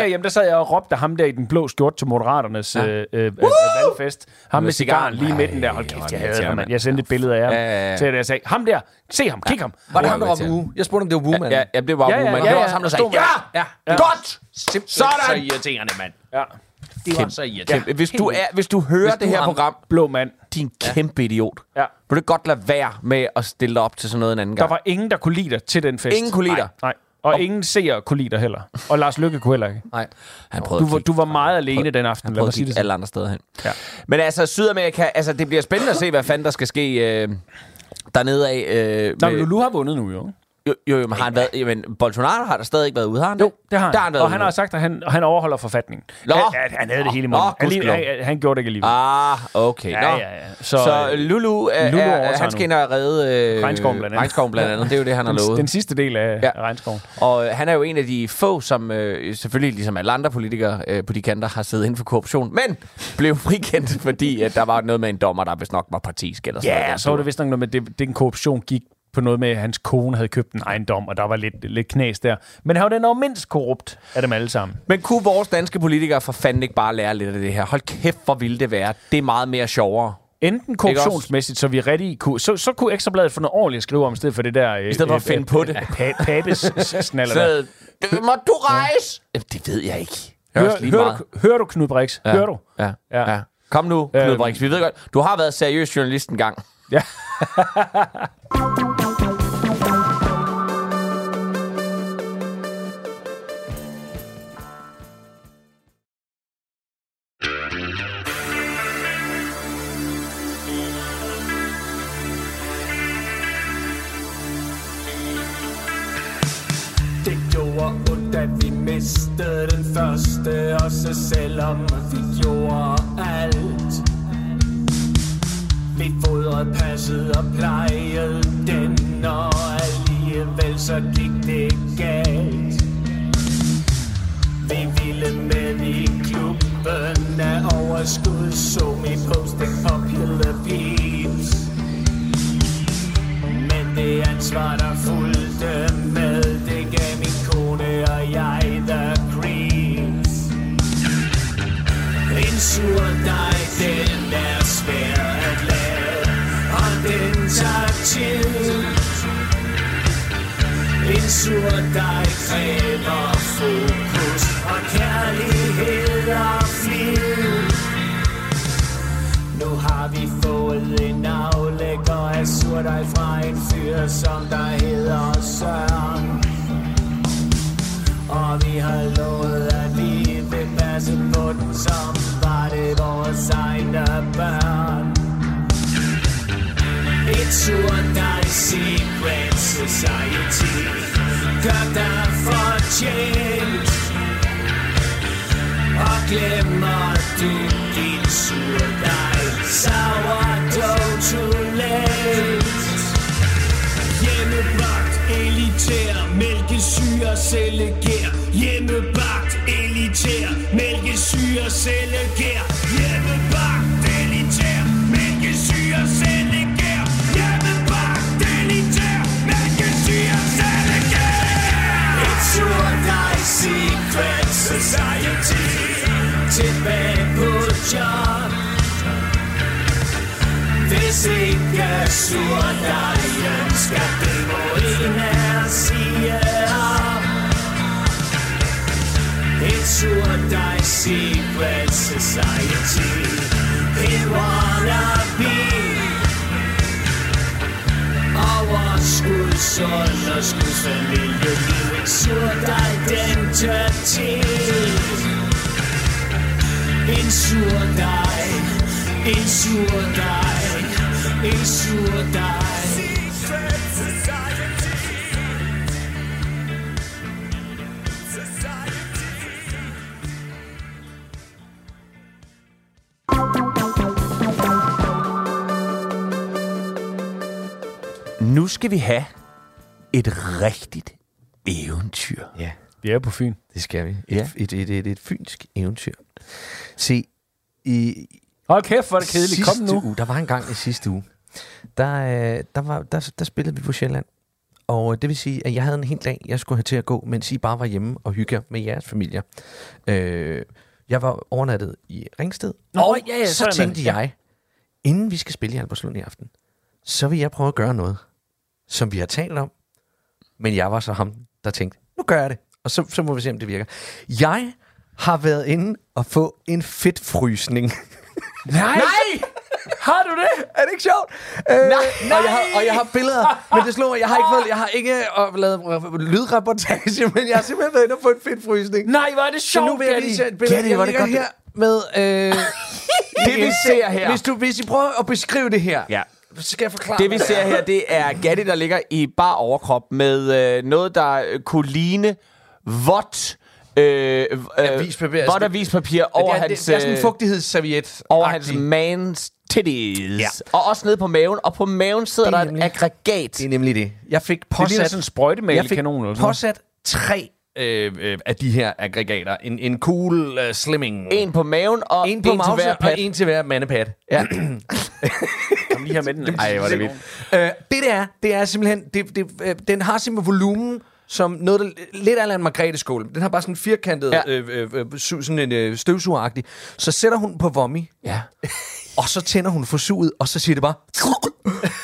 Jamen, der sad jeg og råbte ham der i den blå skjorte til Moderaternes ja. øh, øh, valgfest. Ham med,
Med cigaren.
cigaren lige i midten der. Hold
Ej,
kæft,
hvor er det
jeg havde ham.
irriterende,
mand. Jeg sendte et billede af ham
Ja, ja, ja.
til, at jeg sagde, ham der, se ham, kig ham.
Var det ham,
Det
der
var
råbte
irriterende.
uge? Jeg spurgte, om det var uge, mand.
Ja, jeg blev bare
Ja,
ja,
ja,
ja, men
ja,
det var
ja.
også ham, der sagde,
Stor
ja,
ja,
ja, godt!
Simpelthen
Sådan!
så irriterende, mand.
Ja.
Det var så irriterende.
Hvis du, er, hvis du hører hvis
du
det her
rammer-
program,
Blå mand.
din kæmpe idiot.
Ja.
Vil du godt lade være med at stille dig op til sådan noget en anden
Der
gang?
var ingen, der kunne lide dig til den fest.
Ingen kunne lide
Nej,
dig.
Nej. Og ingen seere kunne lide dig heller. Og Lars Lykke kunne heller ikke.
Nej.
Han prøvede
Du,
at
var-
kigge.
du var meget alene den aften, lad
prøvede
mig
at
sige det
kigge
sådan.
alle andre steder hen.
Ja.
Ja. Men altså, Sydamerika, altså, det bliver spændende at se, hvad fanden der skal ske øh, dernede af. Øh,
Nå,
med-
men Lulu har vundet nu, jo.
jo, jo, jo, men har han været, jamen, Bolsonaro har der stadig ikke været ude, har han
Jo, det har han.
Der har han været
og han
ude.
har sagt, at han, han overholder forfatningen.
Nå.
Han, at han havde det hele i
Nå,
munden. Alligevel-
gudskelov.
han, han gjorde det ikke alligevel.
Ah, okay.
Ja,
Nå.
ja, ja. Så,
Så, så
øh,
Lulu, er,
Lulu
Lulu er,
overtager
han
nu.
skal ind og redde øh,
Regnskoven blandt andet.
regnskoven blandt andet. Det er jo det, han har
Den,
lovet.
den sidste del af ja.
Ja.
regnskoven.
Og øh, han er jo en af de få, som øh, selvfølgelig, ligesom alle andre politikere øh, på de kanter, har siddet inden for korruption, men blev frikendt, fordi at der var noget med en dommer, der vist nok var partisk eller sådan
Ja,
noget.
så var det vist nok noget med, det, den korruption gik på noget med, at hans kone havde købt en ejendom, og der var lidt, lidt knas der. Men han var den der var mindst korrupt af dem alle sammen.
Men kunne vores danske politikere for fanden ikke bare lære lidt af det her? Hold kæft, hvor ville det være. Det er meget mere sjovere.
Enten korruptionsmæssigt, så vi rigtig kunne... Så, så kunne Ekstrabladet få noget ordentligt at skrive om, i stedet for det der... øh, I
stedet for at finde på det.
Pa, Pabes snaller der.
Så, øh, må du rejse? Jamen, det ved jeg ikke. Det er også
Hør,
lige
hører,
meget.
du, hører du, Knud Brix? Ja. Hører du?
Ja,
Ja.
ja. ja. Kom nu, Knud
Øhm.
Brix. Vi ved godt, du har været seriøs journalist en gang.
Ja.
Det gjorde ondt, at vi mistede den første Også selvom vi gjorde alt Vi fodrede, passede og plejede den Og alligevel så gik det galt vi ville med i klubben af overskud Så vi postet popular peeps Men det ansvar der fulgte med Det gav min kone og jeg the creeps en sur dej, den er svær at lave, og den tager tid. En sur dej kræver fokus og kærlighed og flid. Nu har vi fået en aflægger af surdej fra en fyr, som der hedder Søren. Og vi har lovet, at vi vil passe på den, som var det vores egne børn. Et surdej secret society gør dig fortjent. Og glemmer du din surdej, sourdough too late. Hjemmebagt, elitær, mælkesyre, sellegear Hjemmebagt, elitær, mælkesyre, sellegear Hjemmebagt, elitær, mælkesyre, sellegear Hjemmebagt, elitær, mælkesyre, sellegear Et surdej, secret society Tilbage på job hvis ikke surdejen skal det må en af os sige op. Et surdej secret society It wanna be Overskud, sund og skudsfamilie Liv, et surdej identitet En surdej, en surdej, en surdej Secret society Society
Nu skal vi have et rigtigt eventyr.
Ja,
Vi er på Fyn.
det skal vi. Et,
Ja.
ja. et, et, et, et fynsk eventyr. Se, i,
Hold kæft, hvor er det kedeligt. Kom
sidste
nu.
Uge, der var en gang i sidste uge, der, øh, der, var, der, der spillede vi på Sjælland. Og øh, det vil sige, at jeg havde en hel dag, jeg skulle have til at gå, mens I bare var hjemme og hygge jer med jeres familier. Øh, jeg var overnattet i Ringsted, Nå, og
ja, ja,
så
sådan er det.
tænkte jeg, inden vi skal spille i Albertslund i aften, så vil jeg prøve at gøre noget, som vi har talt om. Men jeg var så ham, der tænkte, nu gør jeg det, og så, så må vi se, om det virker. Jeg har været inde og få en fedtfrysning.
Nej! Nej! Har du det?
Er det ikke sjovt? Øh, nej, og jeg, har, og jeg har billeder, men det slår mig. Jeg har ikke, været, jeg har ikke øh, lavet øh, lydreportage, men jeg har simpelthen været inde og få en fedt frysning.
Nej, hvor er det
Så nu
sjovt,
vil jeg
Gatti.
lige se et billede.
Gatti, hvor
Jeg
er det
ligger her med... Øh,
Det, vi ser her.
Hvis, du, hvis I prøver at beskrive det her,
Ja.
så skal jeg forklare
Det vi
hvad
ser her, det er Gatti, der ligger i bar overkrop med øh, noget, der øh, kunne ligne vådt øh, øh,
Avispapir.
vådt avispapir
er.
over
det, er,
hans,
det, det er sådan en
øh,
fugtighedsserviet.
over hans mans titties.
Ja.
Og også nede på maven. Og på maven sidder
Det er
der et
nemlig-
aggregat.
Det er nemlig det. Jeg fik
Det ligner
påsat
sådan en
jeg fik
sprøjtemalekanon eller sådan noget.
påsat tre øh, øh, af de her aggregater. En, en cool uh, slimming.
En på maven og
en på
til hver
mauser
pat.
og en til hver mandepad. Ja.
Kom lige her med den.
Ej, hvor er det vildt.
Øh, det der er, det er simpelthen, det, det, øh, den har simpelthen volumen som noget, der lidt er en margrethe skål. Den har bare sådan en firkantet,
Ja.
ja. øh, øh, øh, su- sådan en øh, støvsugeragtig. Så sætter hun den på vommi,
Ja.
og så tænder hun for suget, og så siger det bare...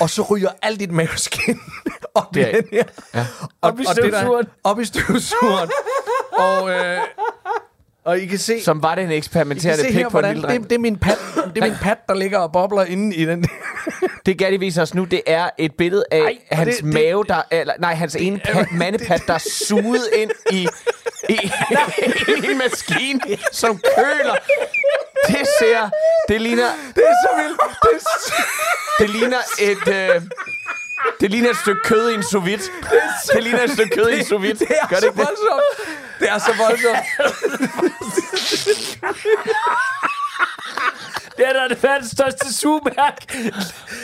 og så ryger alt dit maveskin op i
Deraf.
den her. Ja.
Op i støvsugeren.
Op i støvsugeren. og, øh, og I kan se...
Som var det en
I kan
eksperimenterende
se
pik
her,
på en
hvordan,
lille dreng.
det, det, er min pat, det er min pat, der ligger og bobler inde i den
Det Gatti viser os nu, det er et billede af Ej,
og
hans det,
det- det-
mave, der, eller, nej, hans ene pat, mandepat, der er suget ind i, i, i en maskine, som køler. Det ser, det ligner,
Det er så vildt. Det er
det ligner et, øh, Det ligner et stykke kød i en sous vide. Det ligner et stykke kød i en sous vide.
Det er
Gør
så
det ikke det?
voldsomt. Det er så voldsomt.
Det er da det verdens største sugemærk.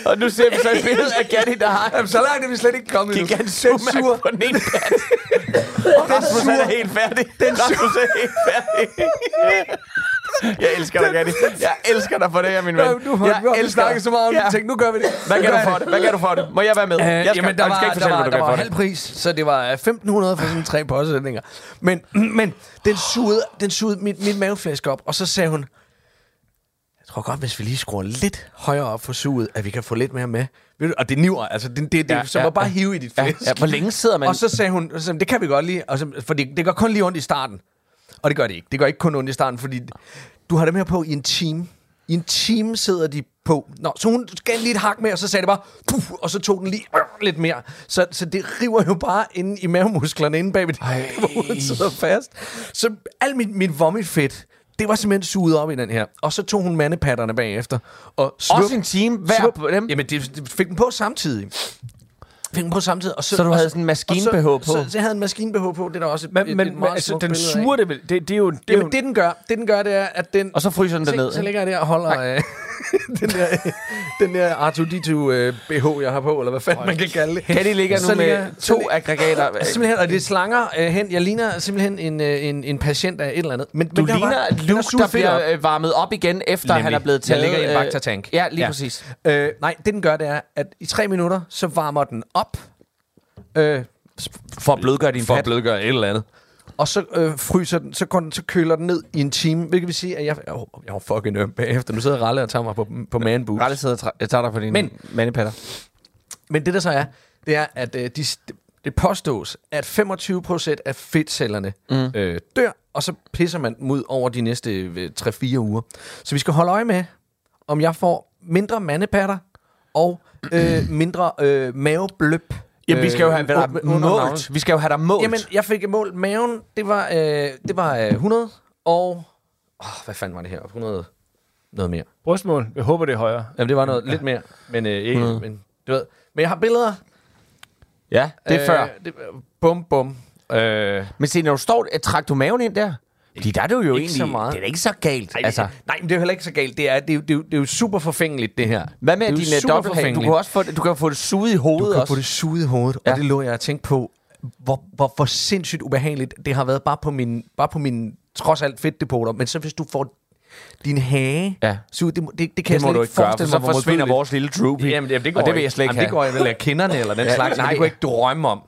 Og nu ser vi så et billede af Gatti, der har
Jamen, så langt er vi slet ikke kommet endnu.
gigant sugemærk på den ene pat. Og Rasmus han er helt færdig. Den Rasmus er helt færdig. Jeg elsker dig, Gatti. Jeg elsker dig for det her, min ven.
Nå, nu har
Jeg
vi også
elsker
snakket
dig.
så meget om
Ja.
det. Tænk, nu gør vi det.
Hvad
Nu
kan
gør
du
jeg
for det? Hvad kan du for det? Må jeg være med?
Øh,
Jeg skal,
jamen, der
jeg
var,
skal ikke
der
fortælle,
var,
hvad du
der
gør
var
for
halv
det.
pris, så det var 1.500 for sådan tre påsætninger. Men, men den sugede, den sugede mit, mit maveflæsk op, og så sagde hun, jeg tror godt, hvis vi lige skruer lidt højere op for suget, at vi kan få lidt mere med. Ved du, Og det niver, altså det, det, det ja, som
ja,
ja, at bare
ja.
hive i dit
Ja,
flæsk.
ja, hvor længe sidder man?
Og så sagde hun, så, det kan vi godt lige, og så, for det, det gør kun lige ondt i starten. Og det gør det ikke. Det gør ikke kun ondt i starten, fordi du har dem her på i en time. I en time sidder de på. Nå, så hun gav lige et hak med, og så sagde det bare, puff, og så tog den lige øh, lidt mere. Så, så det river jo bare inde i mavemusklerne, inde bagved, Ej. hvor huden sidder fast. Så al min, min vomitfedt, det var simpelthen suget op i den her. Og så tog hun mandepatterne bagefter. Og svup,
Også en time hver
svup.
på dem?
Jamen, det, det fik den på samtidig. Fik den på samtidig. Og så,
Så du
og
havde sådan en maskine-BH
og Så,
på?
så, så jeg havde en maskine-BH på, det er der også et,
Men,
et, et
men, men
meget
altså,
smukt
den
billede af.
suger det vel. Det, det er jo... Det er jo
Jamen, det den gør, det den gør, det er, at den...
Og så fryser den
se,
derned.
Så ligger jeg der og holder øh, den der, den der R2-D2-BH, øh, jeg har på, eller hvad fanden man kan kalde det.
Gatti ligger
Så
nu
ligger-
med
så
to
ligger-
aggregater.
Simpelthen, og det er slanger øh, hen. Jeg ligner simpelhen en, øh, en, en patient af et eller andet. Men,
Du
men der var-
ligner
den er
Luke,
suget
der
fedt op.
bliver øh, varmet op igen, efter
Nemlig.
han er blevet
Jeg
taget...
ligger i en
øh,
Bacta-tank.
Ja, lige
Ja.
præcis.
Øh, nej, det den gør, det er, at i tre minutter, så varmer den op, øh,
For at blødgøre din
For at
pat. blødgøre et eller andet.
og så øh, fryser den, så, går den, så køler den ned i en time, hvilket vil sige, at jeg, jeg, jeg er fucking øm bagefter. Nu sidder Ralle og tager mig på, på man boobs.
Rette sidder og tra- jeg tager dig på dine
Men-
mandepatter.
Men det der så er, det er, at øh, de, det påstås, at 25% af fedtcellerne mm. øh, dør, og så pisser man dem ud over de næste øh, 3-4 uger. Så vi skal holde øje med, om jeg får mindre mandepatter og øh, mindre øh, mavebløb.
Jamen, vi skal jo have
øh,
dig
under- under navlen.
målt. Vi skal jo have dig målt.
Jamen, jeg fik målt maven. Det var, øh, det var øh, 100 og... Åh, hvad fanden var det her? 100 noget mere.
brystmål. Jeg håber, det er højere.
Jamen, det var noget lidt mere, men øh, ikke... Men, du ved. men jeg har billeder
ja, det er øh, før.
det, bum, bum. Øh,
Men se, når du står, øh, trak du maven ind der? Fordi der er det jo egentlig...
så meget.
Det er da ikke så galt. Ej, altså,
altså. Nej, men det er jo heller ikke så galt. Det er, det er, jo- det er, jo- det er jo super forfængeligt, det her.
hvad med
det er jo
din øh,
super
dobbelthage? Du
forfængeligt.
kan også få det, du kan få det suget i hovedet
du kan
også.
få det suget i hovedet, ja.
Ja.
og det lå jeg og tænkte på, hvor, hvor, hvor sindssygt ubehageligt det har været bare på min, bare på min trods alt fedtdepoter. Men så hvis du får din hage
Ja.
suget, det, må- det, det kan jeg
det
slet
må du ikke gøre, for
forestille
så
mig, hvor
forsvinder
modbydeligt.
vores lille troop.
Jamen, jamen, det går
Og det vil
ikke.
jeg slet ikke
jamen,
have.
det går jeg vel af kinderne eller den slags. Nej,
nej.
det kunne jeg ikke drømme om.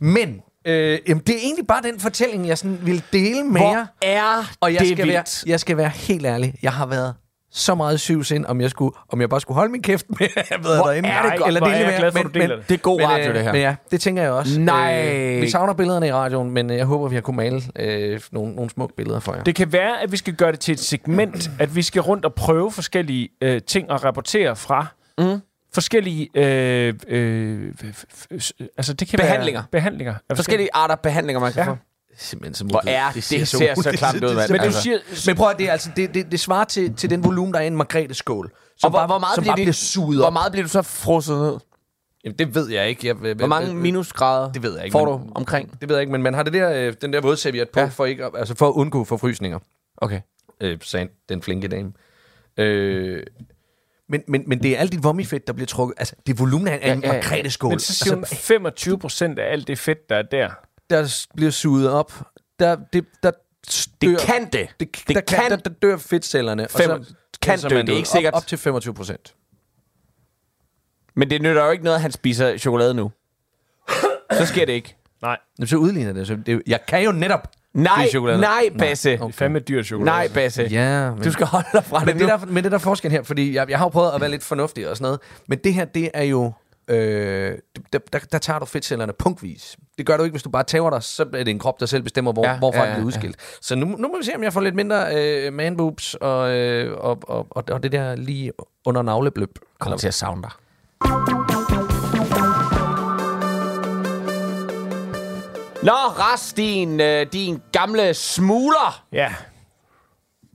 Men, øh, jamen, det er egentlig bare den fortælling, jeg sådan vil dele med jer.
Hvor er
Og jeg
det
skal, være,
vildt.
jeg skal være helt ærlig. Jeg har været så meget syvs ind, om jeg, skulle, om jeg bare skulle holde min kæft med, at jeg været
Hvor
derinde.
er det
Nej,
godt.
eller
Hvor er
dele
jeg
med jer,
glad for,
men-
du deler
men-
det. Det er god
men,
radio,
øh,
det her.
Men ja, det tænker jeg også.
Nej.
Øh, vi savner billederne i radioen, men øh, jeg håber, vi har kunnet male øh, nogle, nogle smukke billeder for jer.
Det kan være, at vi skal gøre det til et segment, at vi skal rundt og prøve forskellige øh, ting og rapportere fra
Mm.
forskellige... Øh, øh, f- f- f- altså, det kan
Behandlinger.
Være behandlinger. af
Forskellige arter behandlinger, man kan
Ja.
få.
Det er simpelthen så
Hvor
modbydeligt.
er det? Det ser, så klamt ud, mand.
Men du
Altså.
siger...
Men prøv at det, er altså, det, det, det svarer til, til den volumen, der er i en margrethe-skål. Som
Og hvor,
bare,
hvor, meget
som
bliver
bare
det,
bliver suget
hvor
op.
meget bliver du så frosset ned?
Jamen, det ved jeg ikke. Jeg,
Hvor mange minusgrader
Det ved jeg ikke,
får
men-
du omkring?
Det ved jeg ikke, men man har det der, øh, den der vådserviet på, ja.
Ja.
for, ikke, at- altså for at undgå forfrysninger,
Okay.
øh, sagde den flinke dame. Øh, men, men, men det er alt dit vommifedt, der bliver trukket. Altså, det er volumen af en- af en
Ja,
ja,
ja,
ja,
ja.
margrethe-skål.
Men så siger hun,
altså,
25 procent af alt det fedt, der er der.
der s- bliver suget op. Der, det, der
Det
dør,
kan det.
Det,
det
der,
kan-
kan, der, der dør fedtcellerne.
Fem-
og så,
kan
så
dø,
man
det er
ud.
ikke sikkert.
Op, op til 25 procent.
Men det nytter jo ikke noget, at han spiser chokolade nu. Så sker det ikke.
Nej,
Så udligner det. Så det Øh, jeg kan jo netop
Nej,
spise chokolade.
nej, Basse.
det er fandme dyrt chokolade.
Nej, Basse.
Ja, men...
Du skal holde dig fra det
Men det,
nu.
der, men det der er forskellen her, fordi jeg, jeg har jo prøvet at være lidt fornuftig og sådan noget, men det her, det er jo... Øh, der, der, der tager du fedtcellerne punktvis. Det gør du ikke, hvis du bare tæver dig, så er det en krop, der selv bestemmer, hvor, ja,
Ja,
hvorfra
ja,
ja, den
ja,
bliver udskilt. Ja. Så nu, nu må vi se, om jeg får lidt mindre øh, manboobs og, øh, og, og, og, og det der lige under navlebløb.
kommer til at savne dig. Nå, Ras, din, øh, din gamle smugler.
Ja.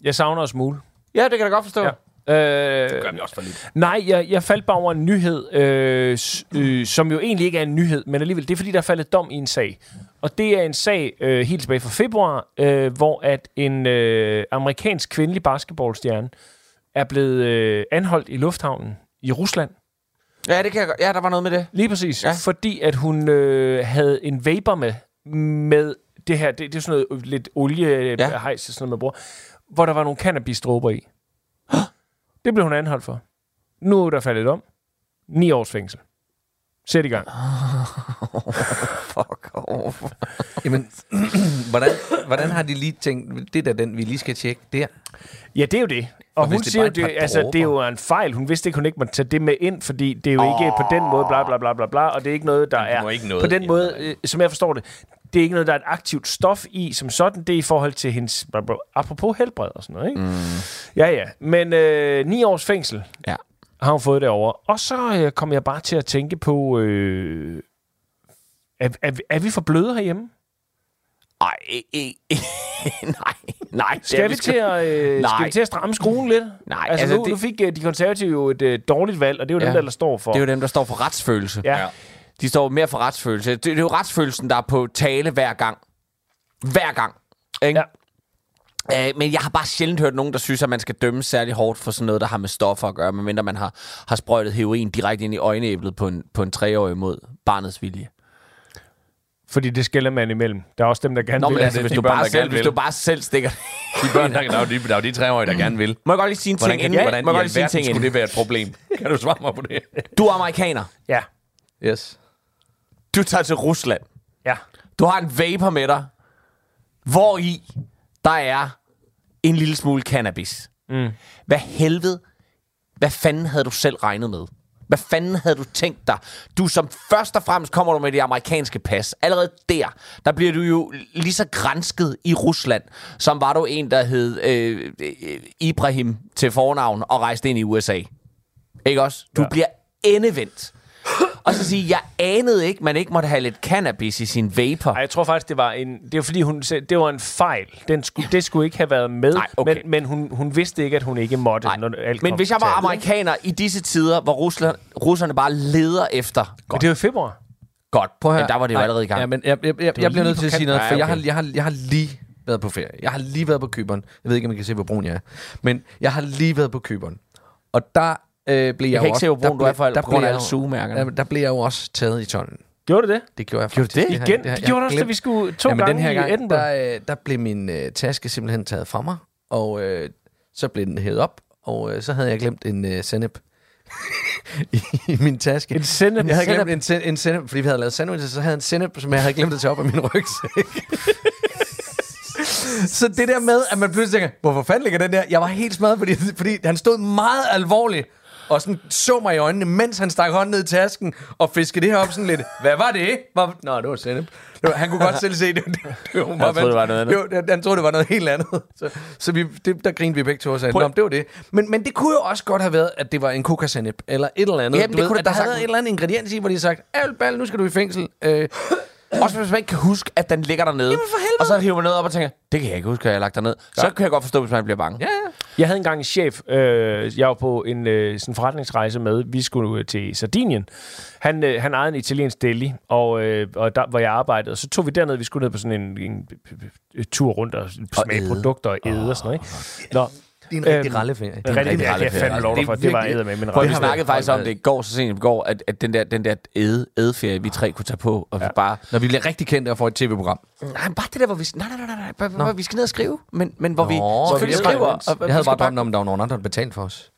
Jeg savner at smule.
Ja, det kan jeg da godt forstå.
Ja.
Ja.
Øh,
Gør vi også for lidt.
Nej, jeg, jeg faldt bare over en nyhed, øh, s- øh, som jo egentlig ikke er en nyhed, men alligevel, det er fordi, der er faldet dom i en sag. Og det er en sag øh, helt tilbage fra februar, øh, hvor at en øh, amerikansk kvindelig basketballstjerne er blevet øh, anholdt i lufthavnen i Rusland.
Ja, det kan jeg godt. Ja, der var noget med det.
Lige præcis,
Ja.
ja. fordi at hun øh, havde en vapor med, med det her, det, det er sådan noget lidt olie,
Ja.
ja. hejs, sådan noget, man bruger, hvor der var nogle cannabisdråber i. Det blev hun anholdt for. Nu er der faldet om. Ni års fængsel. Sæt i gang.
Fuck off.
Jamen, hvordan, hvordan har de lige tænkt, det er da den, vi lige skal tjekke der?
Ja, det er jo det. Og,
Og
og
hvis
hun
det er
siger jo,
bare et
det,
par
altså, det er jo en fejl. Hun vidste ikke, hun ikke måtte tage det med ind, fordi det er jo ikke på den måde, bla bla bla bla bla, og det er ikke noget, der
må
er...
ikke noget
på den
ind,
måde, øh, som jeg forstår det, det er ikke noget, der er et aktivt stof i som sådan. Det er i forhold til hendes... bla, bla, Apropos helbred og sådan noget, ikke? Mm. Ja, ja. Men øh, ni års fængsel
Ja.
har hun fået derovre. Og så øh, kom jeg bare til at tænke på... Øh, er, er, vi- er vi for bløde herhjemme?
Ej, e, e, e. nej, nej. det er
Skal, vi,
sgu-
til at, øh,
Nej.
skal vi til at stramme skruen lidt?
Nej,
altså,
altså,
altså nu,
det-
det... nu fik øh, de konservative jo et øh, dårligt valg, og det er jo ja.
Ja.
dem, der, der står for.
Det er jo dem, der står for retsfølelse.
Ja.
De står mere for retsfølelse. Det, det er jo retsfølelsen, der er på tale hver gang. Hver gang. Ikke?
Ja.
Øh, men jeg har bare sjældent hørt nogen, der synes, at man skal dømme særlig hårdt for sådan noget, der har med stoffer at gøre, medmindre man har, har sprøjtet heroin direkte ind i øjenæblet på en, på en treårig mod barnets vilje.
Fordi det skiller man imellem. Der er også dem, der gerne
Nå,
vil.
men altså, hvis,
de
du
børn,
bare
der
selv,
gerne
hvis
vil.
du bare selv stikker...
De børn, der, der, er jo de, der er jo de treårige, der gerne vil.
Må jeg godt lige sige en
Hvordan,
ting
kan,
inden?
hvordan
Må jeg
i
godt lige sige en
alverden
ting
skulle
inden?
det være et problem? Kan du svare mig på det?
Du er amerikaner.
Ja.
Yes.
Du tager til Rusland.
ja.
Du har en vapor med dig, hvor i der er en lille smule cannabis. Mm. Hvad helvede, hvad fanden havde du selv regnet med? Hvad fanden havde du tænkt dig? Du som først og fremmest kommer du med det amerikanske pas. Allerede der, der bliver du jo lige så grænsket i Rusland, som var du en, der hed øh, øh, Ibrahim til fornavn og rejste ind i USA. Ikke også? Du ja. bliver endevendt. Og så sige, jeg anede ikke, man ikke måtte have lidt cannabis i sin vapor.
Ej, jeg tror faktisk, det var en... Det var fordi, hun sagde, det var en fejl. Den skulle, det skulle ikke have været med.
Nej, okay.
Men, men hun, hun vidste ikke, at hun ikke måtte.
Nej.
Når alt
Men
kom
hvis jeg
til
var
alt.
amerikaner i disse tider, hvor Rusland, russerne bare leder efter...
Men
Godt,
det var i februar.
godt.
Prøv at høre.
Men der var det jo
Nej,
allerede i gang.
Ja, men jeg, jeg, jeg, jeg bliver
lige
nødt
på
til at sige
kanten.
noget, for
Ja,
jeg, har,
okay.
jeg, har, jeg har lige været på ferie. Jeg har lige været på Kyberen. Jeg ved ikke, om I kan se, hvor brun jeg er. Men jeg har lige været på Kyberen. Og der øh, blev jeg,
kan
jo
ikke
også,
se, hvor brun
der
du
blev-
er for-
der
på grund
blev
af
jeg
alle
jo-
sugemærkerne.
Jamen, Der blev jeg jo også taget i tolden.
Gjorde du det?
Det gjorde jeg faktisk. Gjorde
det?
har-
Igen?
har
Det
jeg
gjorde du også, da
glemt.
vi skulle to
Jamen,
gange
den her
i
gang,
Edinburgh.
Der, øh, der blev min øh, taske simpelthen taget fra mig, og øh, så blev den hævet op, og øh, så havde jeg glemt en øh, sennep i, i min taske.
En sennep?
Jeg havde
Sennep?
glemt en, sen, en sennep, fordi vi havde lavet sandwiches, så havde jeg en sennep, som jeg havde glemt at tage op af min rygsæk. Så det der med, at man pludselig tænker, hvorfor fanden ligger den der? Jeg var helt smadret, fordi, fordi han stod meget alvorligt og sådan så mig i øjnene, mens han stak hånden ned i tasken og fiskede det her op sådan lidt. Hvad var det? Var... Nå, det var sennep. Det var, han kunne godt selv se det. det, det var meget
troede, det var noget andet.
vanskeligt. Det var- han troede, det var noget helt andet. Så, så vi, det, der grinede vi begge to og sagde, Nå, men det var det. Men, men det kunne jo også godt have været, at det var en kokasennep eller et eller andet.
Jamen,
du
det
ved,
kunne det
at der
da
havde
sagtens-
et eller andet ingrediens i, hvor de havde sagt, Albal, nu skal du i fængsel. Øh,
Også hvis man ikke kan huske, at den ligger dernede.
Jamen, for helvede.
og så hiver man noget op og tænker, det kan jeg ikke huske, at jeg har lagt derned. Så kan jeg godt forstå, hvis man bliver bange.
ja, ja.
Jeg havde engang en chef, øh, jeg var på en øh, sådan forretningsrejse med, vi skulle øh, til Sardinien. Han, øh, han ejede en italiensk deli, og, øh, og der, hvor jeg arbejdede, og så tog vi derned, vi skulle ned på sådan en, en, en tur rundt og smage
æde.
produkter og æde og sådan noget. Ikke? Nå,
Det er en rigtig
Øhm,
ralleferie.
det er rigtig, jeg kan
ralleferie.
fandme lov dig for,
Det er
det var æde
virkelig-
med min
Prøv,
rejse.
vi
har
snakkede
været
faktisk om
folk,
det i går, så sent i går, at, at den der, den der æde, ædeferie, vi tre kunne tage på, og ja. bare...
Når vi bliver rigtig kendte og får et tv-program.
Nej, men bare det der, hvor vi... Nej, nej, nej, nej, nej, bare- bare- vi skal ned og skrive, men, men hvor vi
Nå,
selvfølgelig
jeg,
skriver...
bare,
og-
jeg havde
vi skal
bare drømt om, at der var nogen andre, der betalte for os.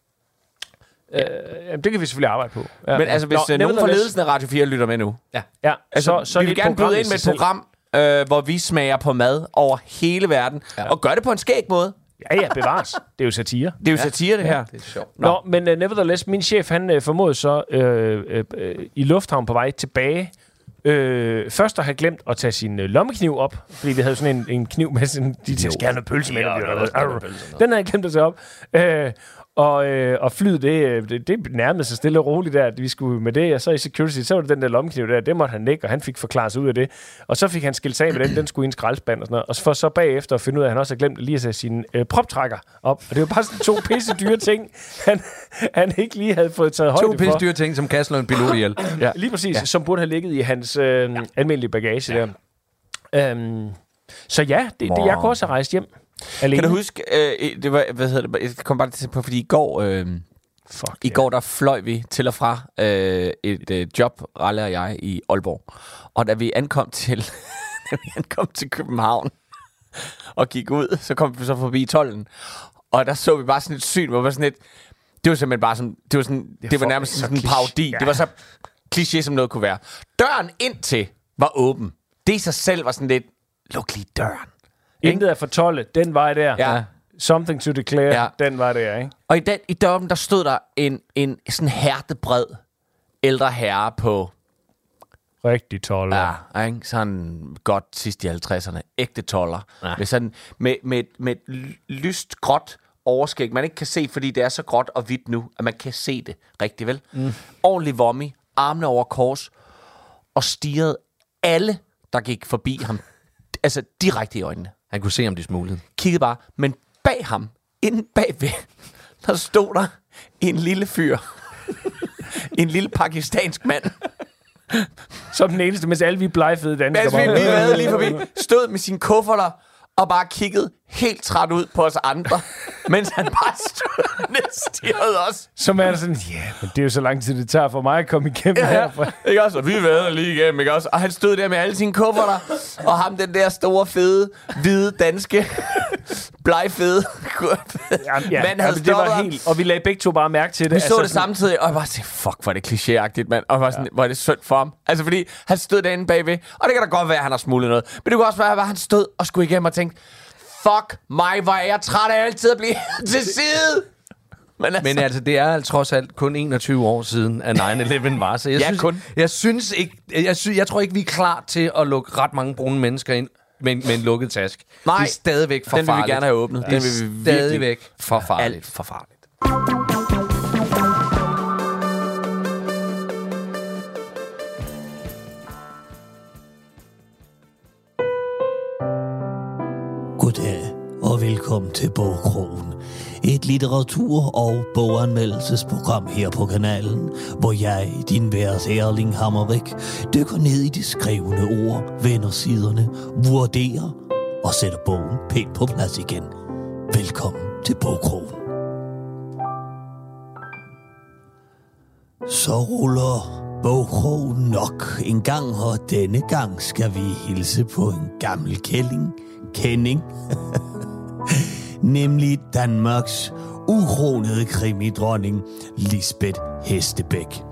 Øh, Jamen, det kan vi selvfølgelig arbejde på. Ja.
Men altså, hvis
Nå,
øh, nogen
nevertheless,
fra ledelsen af Radio 4 lytter med nu,
Ja,
Altså,
så, så
vi
er
vil
det et
gerne
program
byde
i
ind med et
sig selv.
program, øh, hvor vi smager på mad over hele verden, ja. og gør det på en skæg måde.
Ja, ja, bevares. Det er jo satire.
Det er jo ja. satire, det her. Ja,
Det er sjovt.
Nå, Nå men uh, nevertheless, min chef, han uh, formodede så uh, uh, uh, i lufthavn på vej tilbage, uh, først at have glemt at tage sin uh, lommekniv op, fordi vi havde sådan en, en kniv med sådan, de til at skære noget pølse med, ja, den havde jeg glemt at tage op. Uh, Og, øh, og flyet, det, øh, det, det nærmede sig stille og roligt der, at vi skulle med det, og så i security, så var det den der lommekniv der, det måtte han ikke, og han fik forklaret sig ud af det. Og så fik han skilt sig af med den, den skulle i en skraldspand og sådan noget, og for så bagefter at finde ud af, at han også havde glemt lige at sætte sin øh, proptrækker op. Og det var bare sådan to pisse dyre ting, han, han ikke lige havde fået taget højde
To
for.
pisse dyre ting, som kan slå en pilot ihjel. Ja.
Lige præcis, ja. som burde have ligget i hans øh, ja. almindelige bagage ja. der. Øhm, så ja, det, det, jeg kunne også have rejst hjem. Alene.
Kan du huske, øh, det var, hvad hedder det, jeg kom bare til at tænke på, fordi i går, øh,
Fuck,
i
ja.
går der fløj vi til og fra øh, et øh, job, Ralle og jeg, i Aalborg. Og da vi ankom til, da vi ankom til København og gik ud, så kom vi så forbi tolden. Og der så vi bare sådan et syn, hvor det var sådan et, det var simpelthen bare sådan, det var, sådan, det var
fucking
nærmest
så
sådan en
kliché.
parodi.
Ja.
Det var så kliché, som noget kunne være. Døren indtil var åben. Det i sig selv var sådan lidt, luk lige døren.
Intet er fortolle, den vej der.
Ja.
Something to declare,
Ja.
ja. den vej der, ikke?
Og i, den, i døren, der stod der en, en sådan hertebred ældre herre på,
Rigtig tolle. Ja.
ja, ikke? sådan godt sidst i 50'erne, ægte toller, ja. med, sådan, med, med, med et ly- lyst gråt overskæg, man ikke kan se, fordi det er så gråt og hvidt nu, at man kan se det rigtig vel. Mm. Ordentlig vommi, armene over kors, og stirrede alle, der gik forbi ham, altså direkte i øjnene
Han kunne se, om de smuglede.
kiggede bare, men bag ham, inden bagved, der stod der en lille fyr. en lille pakistansk mand.
Som den eneste, mens alle vi blegfede danskere
Mens vi
bare-
vi havde lige forbi, stod med sine kufferter og bare kiggede helt træt ud på os andre, mens han bare stod næstirrede os.
Som er der sådan, ja, yeah, men det er jo så lang tid, det tager for mig at komme igennem ja. herfra.
Ikke også? Og vi vader lige igennem, ikke også? Og han stod der med alle sine kufferter, og ham den der store, fede, hvide, danske, blegfede
Jamen,
mand havde
jamen, det
stoppet
var
ham.
helt, og vi lagde begge to bare mærke til det. Altså
Vi så
Altså
det samtidig, og jeg bare tænkte, fuck, hvor er det klichéagtigt, mand. Og jeg var sådan, hvor er det synd for ham. Altså, fordi han stod derinde bagved, og det kan da godt være, at han har smuglet noget. Men det kunne også være, at han stod og skulle igennem og tænkte, fuck mig, hvor er jeg træt af altid at blive til side. Men, altså,
Men altså, det er altså trods alt kun 21 år siden, at 9-11 var, så jeg,
Ja,
synes,
kun.
jeg synes ikke, jeg, synes, jeg tror ikke, vi er klar til at lukke ret mange brune mennesker ind med, en- med en lukket task.
Nej,
det er stadigvæk for
den vil vi
farligt.
gerne have åbnet.
Det er
Den vil vi virkelig-
stadigvæk for farligt.
alt for farligt.
Goddag og velkommen til Bogkrogen. Et litteratur- og boganmeldelsesprogram her på kanalen, hvor jeg, din vært Erling Hammerbæk, dykker ned i de skrevne ord, vender siderne, vurderer og sætter bogen pænt på plads igen. Velkommen til Bogkrogen. Så ruller bogkrogen nok en gang, og denne gang skal vi hilse på en gammel kælling, kending, nemlig Danmarks ukronede krimidronning Lisbeth Hestebæk.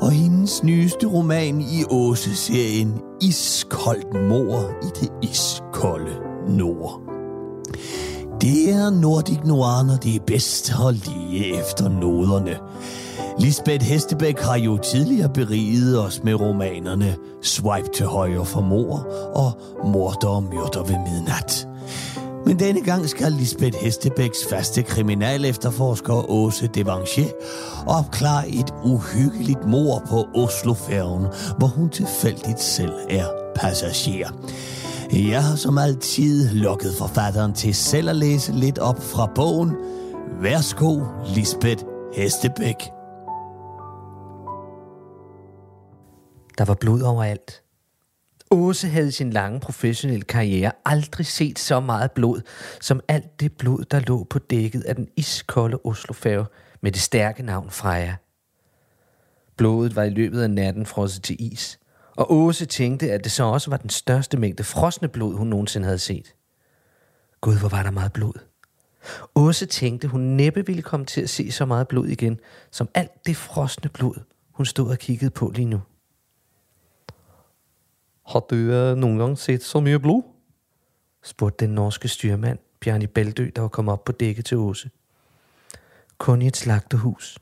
Og hendes nyeste roman i Åse-serien Iskoldt mor i det iskolde nord. Det er Nordic Noir, når det er bedst og lige efter noderne. Lisbeth Hestebæk har jo tidligere beriget os med romanerne Swipe til højre for mor og Morder og myrder ved midnat. Men denne gang skal Lisbeth Hestebæks faste kriminalefterforsker Åse Devanché opklare et uhyggeligt mor på Oslofærgen, hvor hun tilfældigt selv er passager. Jeg har som altid lukket forfatteren til selv at læse lidt op fra bogen. Værsgo, Lisbeth Hestebæk.
Der var blod overalt.
Åse havde i sin lange professionelle karriere aldrig set så meget blod, som alt det blod, der lå på dækket af den iskolde Oslofærge med det stærke navn Freja. Blodet var i løbet af natten frosset til is, og Åse tænkte, at det så også var den største mængde frosne blod, hun nogensinde havde set. Gud, hvor var der meget blod. Åse tænkte, hun næppe ville komme til at se så meget blod igen, som alt det frosne blod, hun stod og kiggede på lige nu. Har du øh, nogle gange set så mye blod? spurgte den norske styrmand, Bjarni Bældø, der var kommet op på dækket til Åse. Kun i et slagtehus,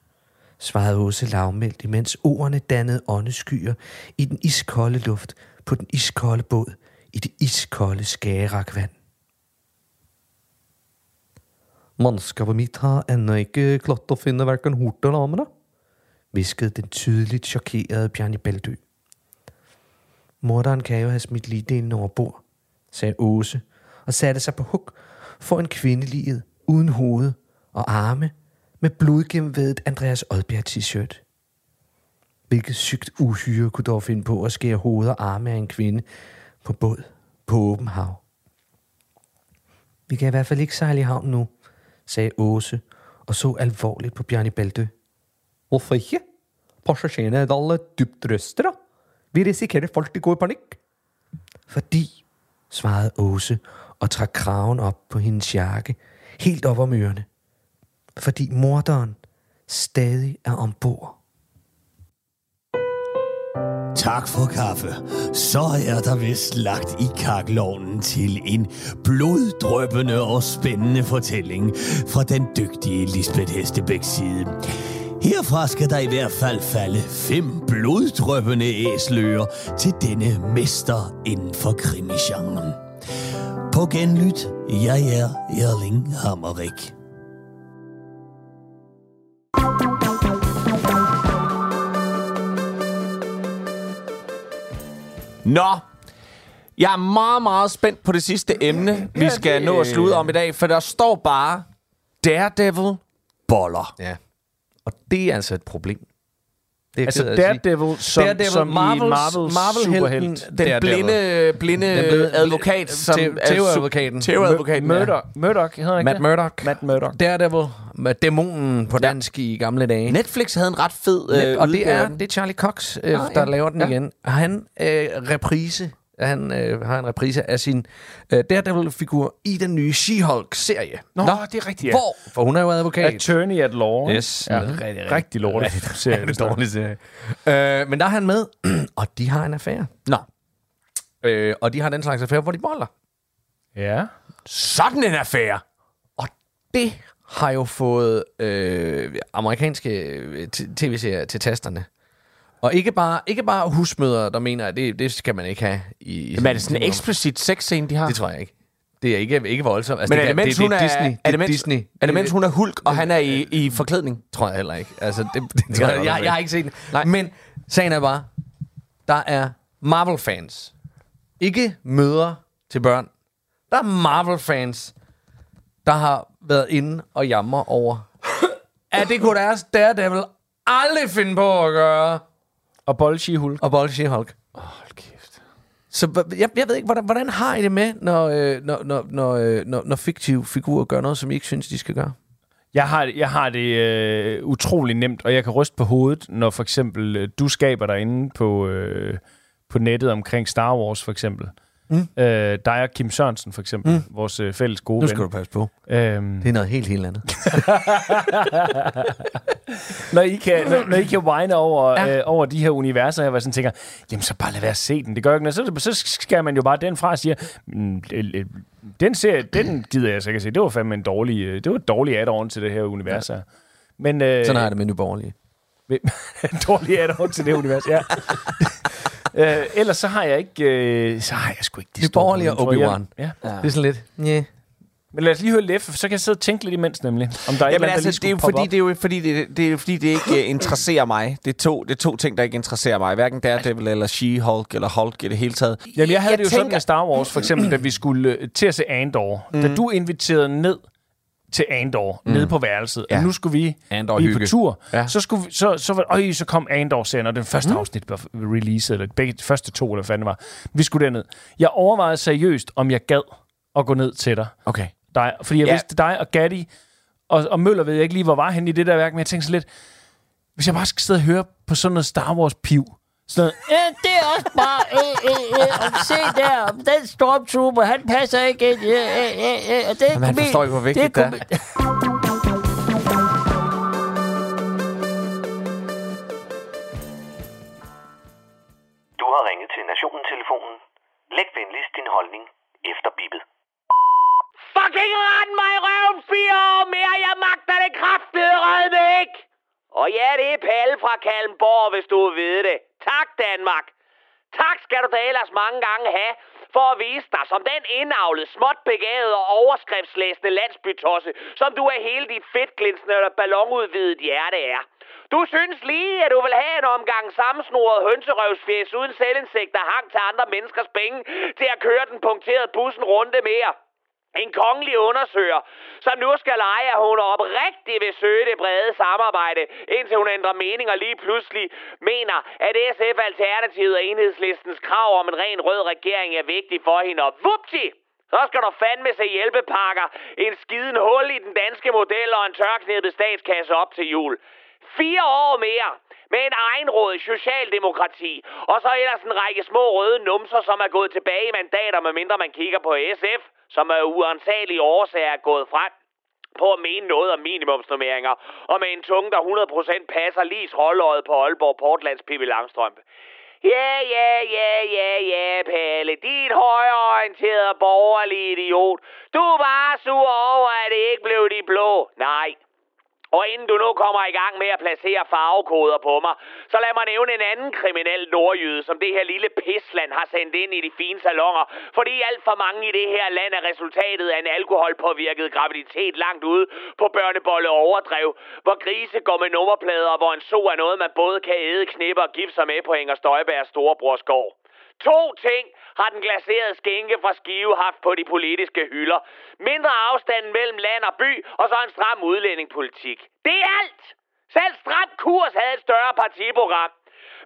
svarede Åse lavmældt, imens ordene dannede åndeskyer i den iskolde luft på den iskolde båd i det iskolde skagerakvand.
Mannskapet mitt har ennå ikke klart å finne verken hort eller amene, hvisket den tydelig sjokkerte Bjarne Beldø. Morderen kan jo ha smitt ligdelen over bord, sagde Åse, og satte sig på huk for en kvindeliget uden hoved og arme med blodgennemvedet Andreas Oddbjerg t-shirt. Hvilket sygt uhyre kunne dog finde på at skære hoved og arme af en kvinde på båd på åben hav. Vi kan i hvert fald ikke sejle i havn nu, sagde Åse, og så alvorligt på Bjarne Bældø. Hvorfor ikke? Passagererne er alle dybt røster, da. Vi risikerer folk, de går i panik. Fordi, svarede Åse, og trak kraven op på hendes jakke, helt op om ørerne. Fordi morderen stadig er ombord.
Tak for kaffe. Så er der vist lagt i kaklovnen til en bloddrøbende og spændende fortælling fra den dygtige Lisbeth Hestebæks side. Herfra skal der i hvert fald falde fem bloddrøbende æsløer til denne mester inden for krimisgenren. På genlyt, jeg er Erling Hammerik.
Nå, jeg er meget, meget spændt på det sidste emne, vi skal nå at slutte om i dag, for der står bare Daredevil boller.
Ja. Og det er altså et problem. Det er
Altså
jeg ked af at sige.
Daredevil, som, Daredevil, som Marvels, i Marvels
Marvel-helten,
superhelt.
Den blinde, blinde
Den blinde-
advokat, som
Theo- Theo-advokaten.
Theo-advokaten, ja.
Murdoch, Murdoch hedder han ikke
Matt
det?
Murdoch.
Matt Murdoch.
Daredevil, med dæmonen på dansk ja. i gamle dage.
Netflix havde en ret fed
Net,
øh,
og det
udgave af
er,
den.
det er Charlie Cox, øh,
Ah,
der
ja.
laver den
Ja.
ja. igen. Han øh, reprise, han øh, har en reprise af sin øh, Daredevil-figur i den nye She-Hulk-serie.
Nå, det er rigtigt, ja.
Hvor? For hun er jo advokat.
Attorney at Law.
Yes.
Ja.
Det er rigtig, rigtig-
Rigtig lortet serie.
det er en dårlig serie. Øh, men der er han med, og de har en affære.
Nå.
Øh, og de har den slags affære, hvor de boller.
Ja.
Sådan en affære!
Og det har jo fået øh, amerikanske øh, t- tv-serier til tasterne. Og ikke bare, ikke bare husmødre, der mener, at det, det skal man ikke have. I, i
Jamen, er det sådan en eksplicit sexscene, de har?
Det tror jeg ikke. Det er ikke, ikke voldsomt. Altså,
Men er
kan-
det, mens
det,
hun er,
Disney.
er, det, mens,
Disney.
er det, mens hun er hulk, og han er i, i forklædning?
tror jeg heller ikke. Altså, det, det, det
tror jeg
jeg,
heller
jeg,
ikke.
jeg har ikke set den. Nej. Men sagen er bare, der er Marvel-fans. Ikke mødre til børn. Der er Marvel-fans, der har været inde og jammer over, at det kunne deres Daredevil aldrig finde på at gøre,
Og Bolsje Hulk.
og bolle She-Hulk.
Hold kæft.
Så hva- jeg, jeg ved ikke, hvordan, hvordan har I det med, når, øh, når, når, når, øh, når, når fiktive figurer gør noget, som I ikke synes, de skal gøre?
Jeg har, jeg har det øh, utrolig nemt, og jeg kan ryste på hovedet, når for eksempel øh, du skaber derinde på, øh, på nettet omkring Star Wars, for eksempel. Mm. Øh, dig og Kim Sørensen, for eksempel. Mm. Vores øh, fælles gode
Nu skal du
ven.
passe på.
Øhm,
Det er noget helt, helt andet.
når, I kan, når, når I kan whine over,
Ja.
ja. øh, over de her universer her, hvor jeg sådan tænker, jamen så bare lad være at se den. Det gør jo ikke noget. Så, så skærer man jo bare den fra og siger, "Mm, øh, øh, den serie, den gider jeg så ikke at se. Det var fandme en dårlig, øh, det var et dårligt add-on til det her univers her. Men, øh,
Sådan har jeg det med nyborgerlige.
en dårlig add-on til det univers, ja. øh, ellers så har jeg ikke... Øh, så har jeg sgu ikke de
Nye
store
Borgerlige og
hovedtråde. Jeg-
Obi-Wan.
Ja. ja.
Det er sådan lidt, yeah.
Men lad os lige høre Leffe, for så kan jeg sidde og tænke lidt imens nemlig. Om der er
Jamen
et
altså,
eller andet,
det er jo fordi, det er jo fordi, det, det, er jo fordi, det ikke øh, interesserer mig. Det er, to, det er to ting, der ikke interesserer mig. Hverken Daredevil eller She-Hulk eller Hulk i det hele taget.
Jamen, jeg havde jeg det jo tænker... sådan
tænker-
med Star Wars, for eksempel, da vi skulle øh, til at se Andor. Mm. Da du inviterede ned til Andor, mm. nede på værelset, ja. og nu skulle vi,
Andor
vi er på
hygge.
tur,
Ja.
ja. så, skulle vi, så, så, var, øj, så kom Andor-serien, og den første mm. afsnit var releaset, eller begge, de første to, eller hvad fanden det var. Vi skulle derned. Jeg overvejede seriøst, om jeg gad at gå ned til dig.
Okay.
dig fordi jeg
Ja.
ja. vidste dig og Gatti, og, og Møller ved jeg ikke lige, hvor var han i det der værk, men jeg tænkte så lidt, hvis jeg bare skal sidde og høre på sådan noget Star Wars-piv, sådan noget,
Ja, det er også bare, øh, øh, øh, og se der, om den stormtrooper, han passer ikke ind, øh, øh, øh, øh, og det er
Jamen, han
komi-
forstår ikke, hvor vigtigt det er.
komi-
Du har ringet til Nationen-telefonen. Læg venligst din holdning efter bippet.
Fucking rend mig i røven fire år mere, jeg magter det kraftede rødme ikke! Og ja, det er Palle fra Kalmborg, hvis du vil vide det. Tak, Danmark.
Tak skal du da ellers mange gange have, for at vise dig som den indavlede, småt begavede og overskriftslæsende landsbytosse, som du er hele dit fedtglinsende eller ballonudvidet hjerte er. Du synes lige, at du vil have en omgang sammensnoret hønserøvsfjes uden selvindsigt, der hang til andre menneskers penge, til at køre den punkterede bussen runde mere. En kongelig undersøger, som nu skal lege, at hun oprigtigt vil søge det brede samarbejde, indtil hun ændrer mening og lige pludselig mener, at SF Alternativet og Enhedslistens krav om en ren rød regering er vigtig for hende. Og vupti! Så skal der fandme se hjælpepakker, en skiden hul i den danske model og en tørknæppet statskasse op til jul. Fire år mere med en egenråd socialdemokrati, og så ellers en række små røde numser, som er gået tilbage i mandater, medmindre man kigger på SF, som af uansagelige årsager er gået frem på at mene noget om minimumsnummeringer, og med en tunge, der 100% passer Lis rolløjet på Aalborg Portlands Pippi Langstrømpe. Ja, ja, ja, ja, ja, Palle. Din højreorienterede borgerlige idiot. Du var sur over, at det ikke blev de blå. Nej, og inden du nu kommer i gang med at placere farvekoder på mig, så lad mig nævne en anden kriminel nordjyde, som det her lille pisland har sendt ind i de fine salonger, fordi alt for mange i det her land er resultatet af en alkoholpåvirket graviditet langt ude på børnebolle overdrev, hvor grise går med nummerplader, og hvor en so er noget, man både kan æde, knippe og give sig med på Inger Støjbergs storebrors gård. To ting har den glaserede skænke fra Skive haft på de politiske hylder. Mindre afstand mellem land og by, og så en stram udlændingepolitik. Det er alt! Selv Stram Kurs havde et større partiprogram.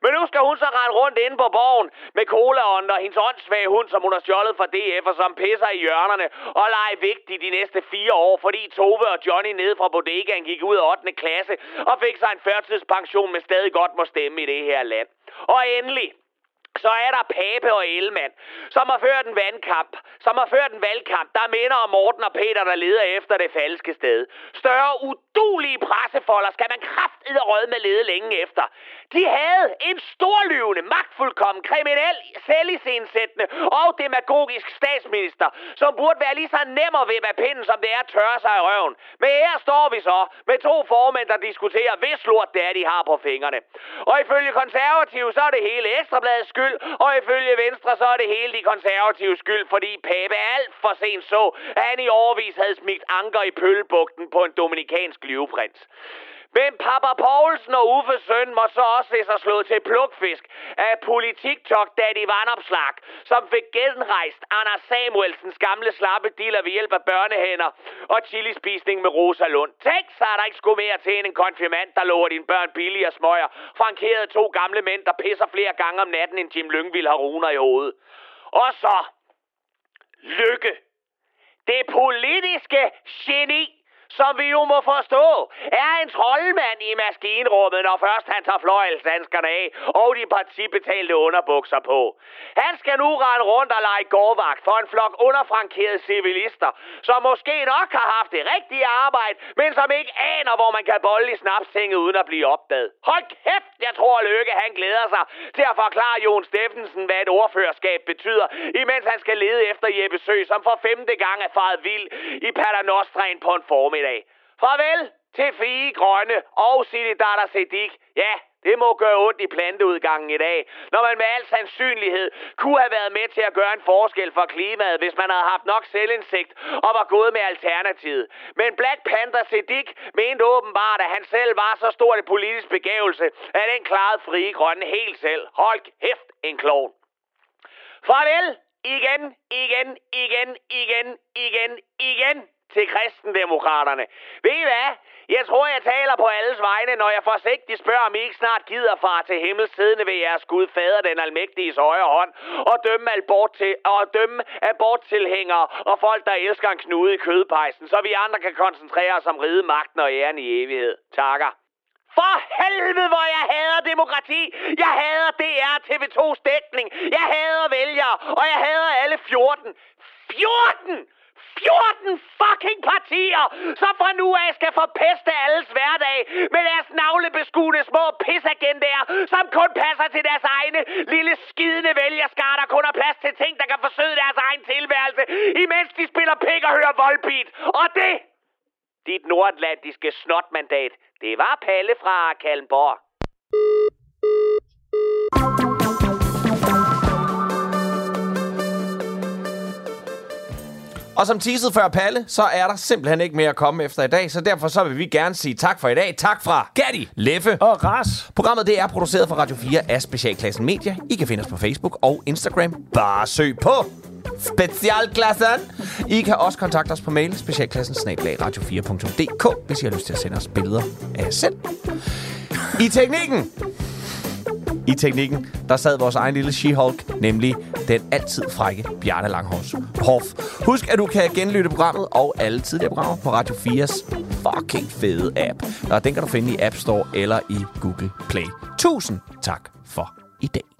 Men nu skal hun så rende rundt inde på borgen med colaånd og hendes åndssvage hund, som hun har stjålet fra DF, og som pisser i hjørnerne og leger vigtig de næste fire år, fordi Tove og Johnny nede fra bodegaen gik ud af 8. klasse og fik sig en førtidspension, men stadig godt må stemme i det her land. Og endelig, så er der Pape og Ellemann, som har ført en vandkamp, som har ført en valgkamp, der minder om Morten og Peter, der leder efter det falske sted. Større udulige pressefolder skal man kraftedet rød med lede længe efter. De havde en storlyvende, magtfuldkommen, kriminel, selvisensættende og demagogisk statsminister, som burde være lige så nem at vippe af pinden, som det er at tørre sig i røven. Men her står vi så med to formænd, der diskuterer, hvis lort det er, de har på fingrene. Og ifølge konservative, så er det hele Ekstrabladets skyld, og ifølge Venstre, så er det hele de konservative skyld, fordi Pape alt for sent så, at han i overvis havde smidt anker i pøllebugten på en dominikansk løveprins. Men Papa Poulsen og Uffes søn må så også se sig slået til plukfisk af politiktok Daddy Vandopslag, som fik genrejst Anders Samuelsens gamle slappe dealer ved hjælp af børnehænder og chilispisning med Rosa Lund. Tænk så, at der ikke skulle mere til end en konfirmand, der lover dine børn billigere smøger, frankeret to gamle mænd, der pisser flere gange om natten, end Jim Lyngvild har runer i hovedet. Og så... Lykke. Det politiske geni som vi jo må forstå, er en troldmand i maskinrummet, når først han tager fløjelsdanskerne af og de partibetalte underbukser på. Han skal nu rende rundt og lege gårdvagt for en flok underfrankerede civilister, som måske nok har haft det rigtige arbejde, men som ikke aner, hvor man kan bolle i snapstinget uden at blive opdaget. Hold kæft, jeg tror Løkke, han glæder sig til at forklare Jon Steffensen, hvad et ordførerskab betyder, imens han skal lede efter Jeppe Sø, som for femte gang er faret vild i Paternostraen på en formiddag. Farvel til Fie Grønne og Siddhartha Siddiq. Ja, det må gøre ondt i planteudgangen i dag, når man med al sandsynlighed kunne have været med til at gøre en forskel for klimaet, hvis man havde haft nok selvindsigt og var gået med alternativet. Men Black Panther Siddiq mente åbenbart, at han selv var så stor en politisk begævelse, at den klarede frie grønne helt selv. Hold kæft, en klon. Farvel igen, igen, igen, igen, igen, igen til kristendemokraterne. Ved I hvad? Jeg tror, jeg taler på alles vegne, når jeg forsigtigt spørger, om I ikke snart gider far til himmels siddende ved jeres Gud, fader den almægtiges højre hånd, og dømme, abort til, og dømme aborttilhængere og folk, der elsker en knude i kødpejsen, så vi andre kan koncentrere os om ride magten og æren i evighed. Takker. For helvede, hvor jeg hader demokrati. Jeg hader DR TV2's dækning. Jeg hader vælgere, og jeg hader alle 14. 14! 14 fucking partier, som fra nu af skal forpeste alles hverdag med deres navlebeskuende små pisagendaer, som kun passer til deres egne lille skidende vælgerskar, der kun har plads til ting, der kan forsøge deres egen tilværelse, imens de spiller pik og hører voldbeat. Og det, dit nordatlantiske snotmandat, det var Palle fra Kalmborg.
Og som teaset før Palle, så er der simpelthen ikke mere at komme efter i dag, så derfor så vil vi gerne sige tak for i dag. Tak fra Gatti, Leffe
og Ras.
Programmet det er produceret for Radio 4 af Specialklassen Media. I kan finde os på Facebook og Instagram. Bare søg på Specialklassen. I kan også kontakte os på mail specialklassen radio4.dk, hvis I har lyst til at sende os billeder af jer selv. I teknikken, i teknikken, der sad vores egen lille She-Hulk, nemlig den altid frække Bjarne Langhorst Hoff. Husk, at du kan genlytte programmet og alle tidligere programmer på Radio 4's fucking fede app. Og den kan du finde i App Store eller i Google Play. Tusind tak for i dag.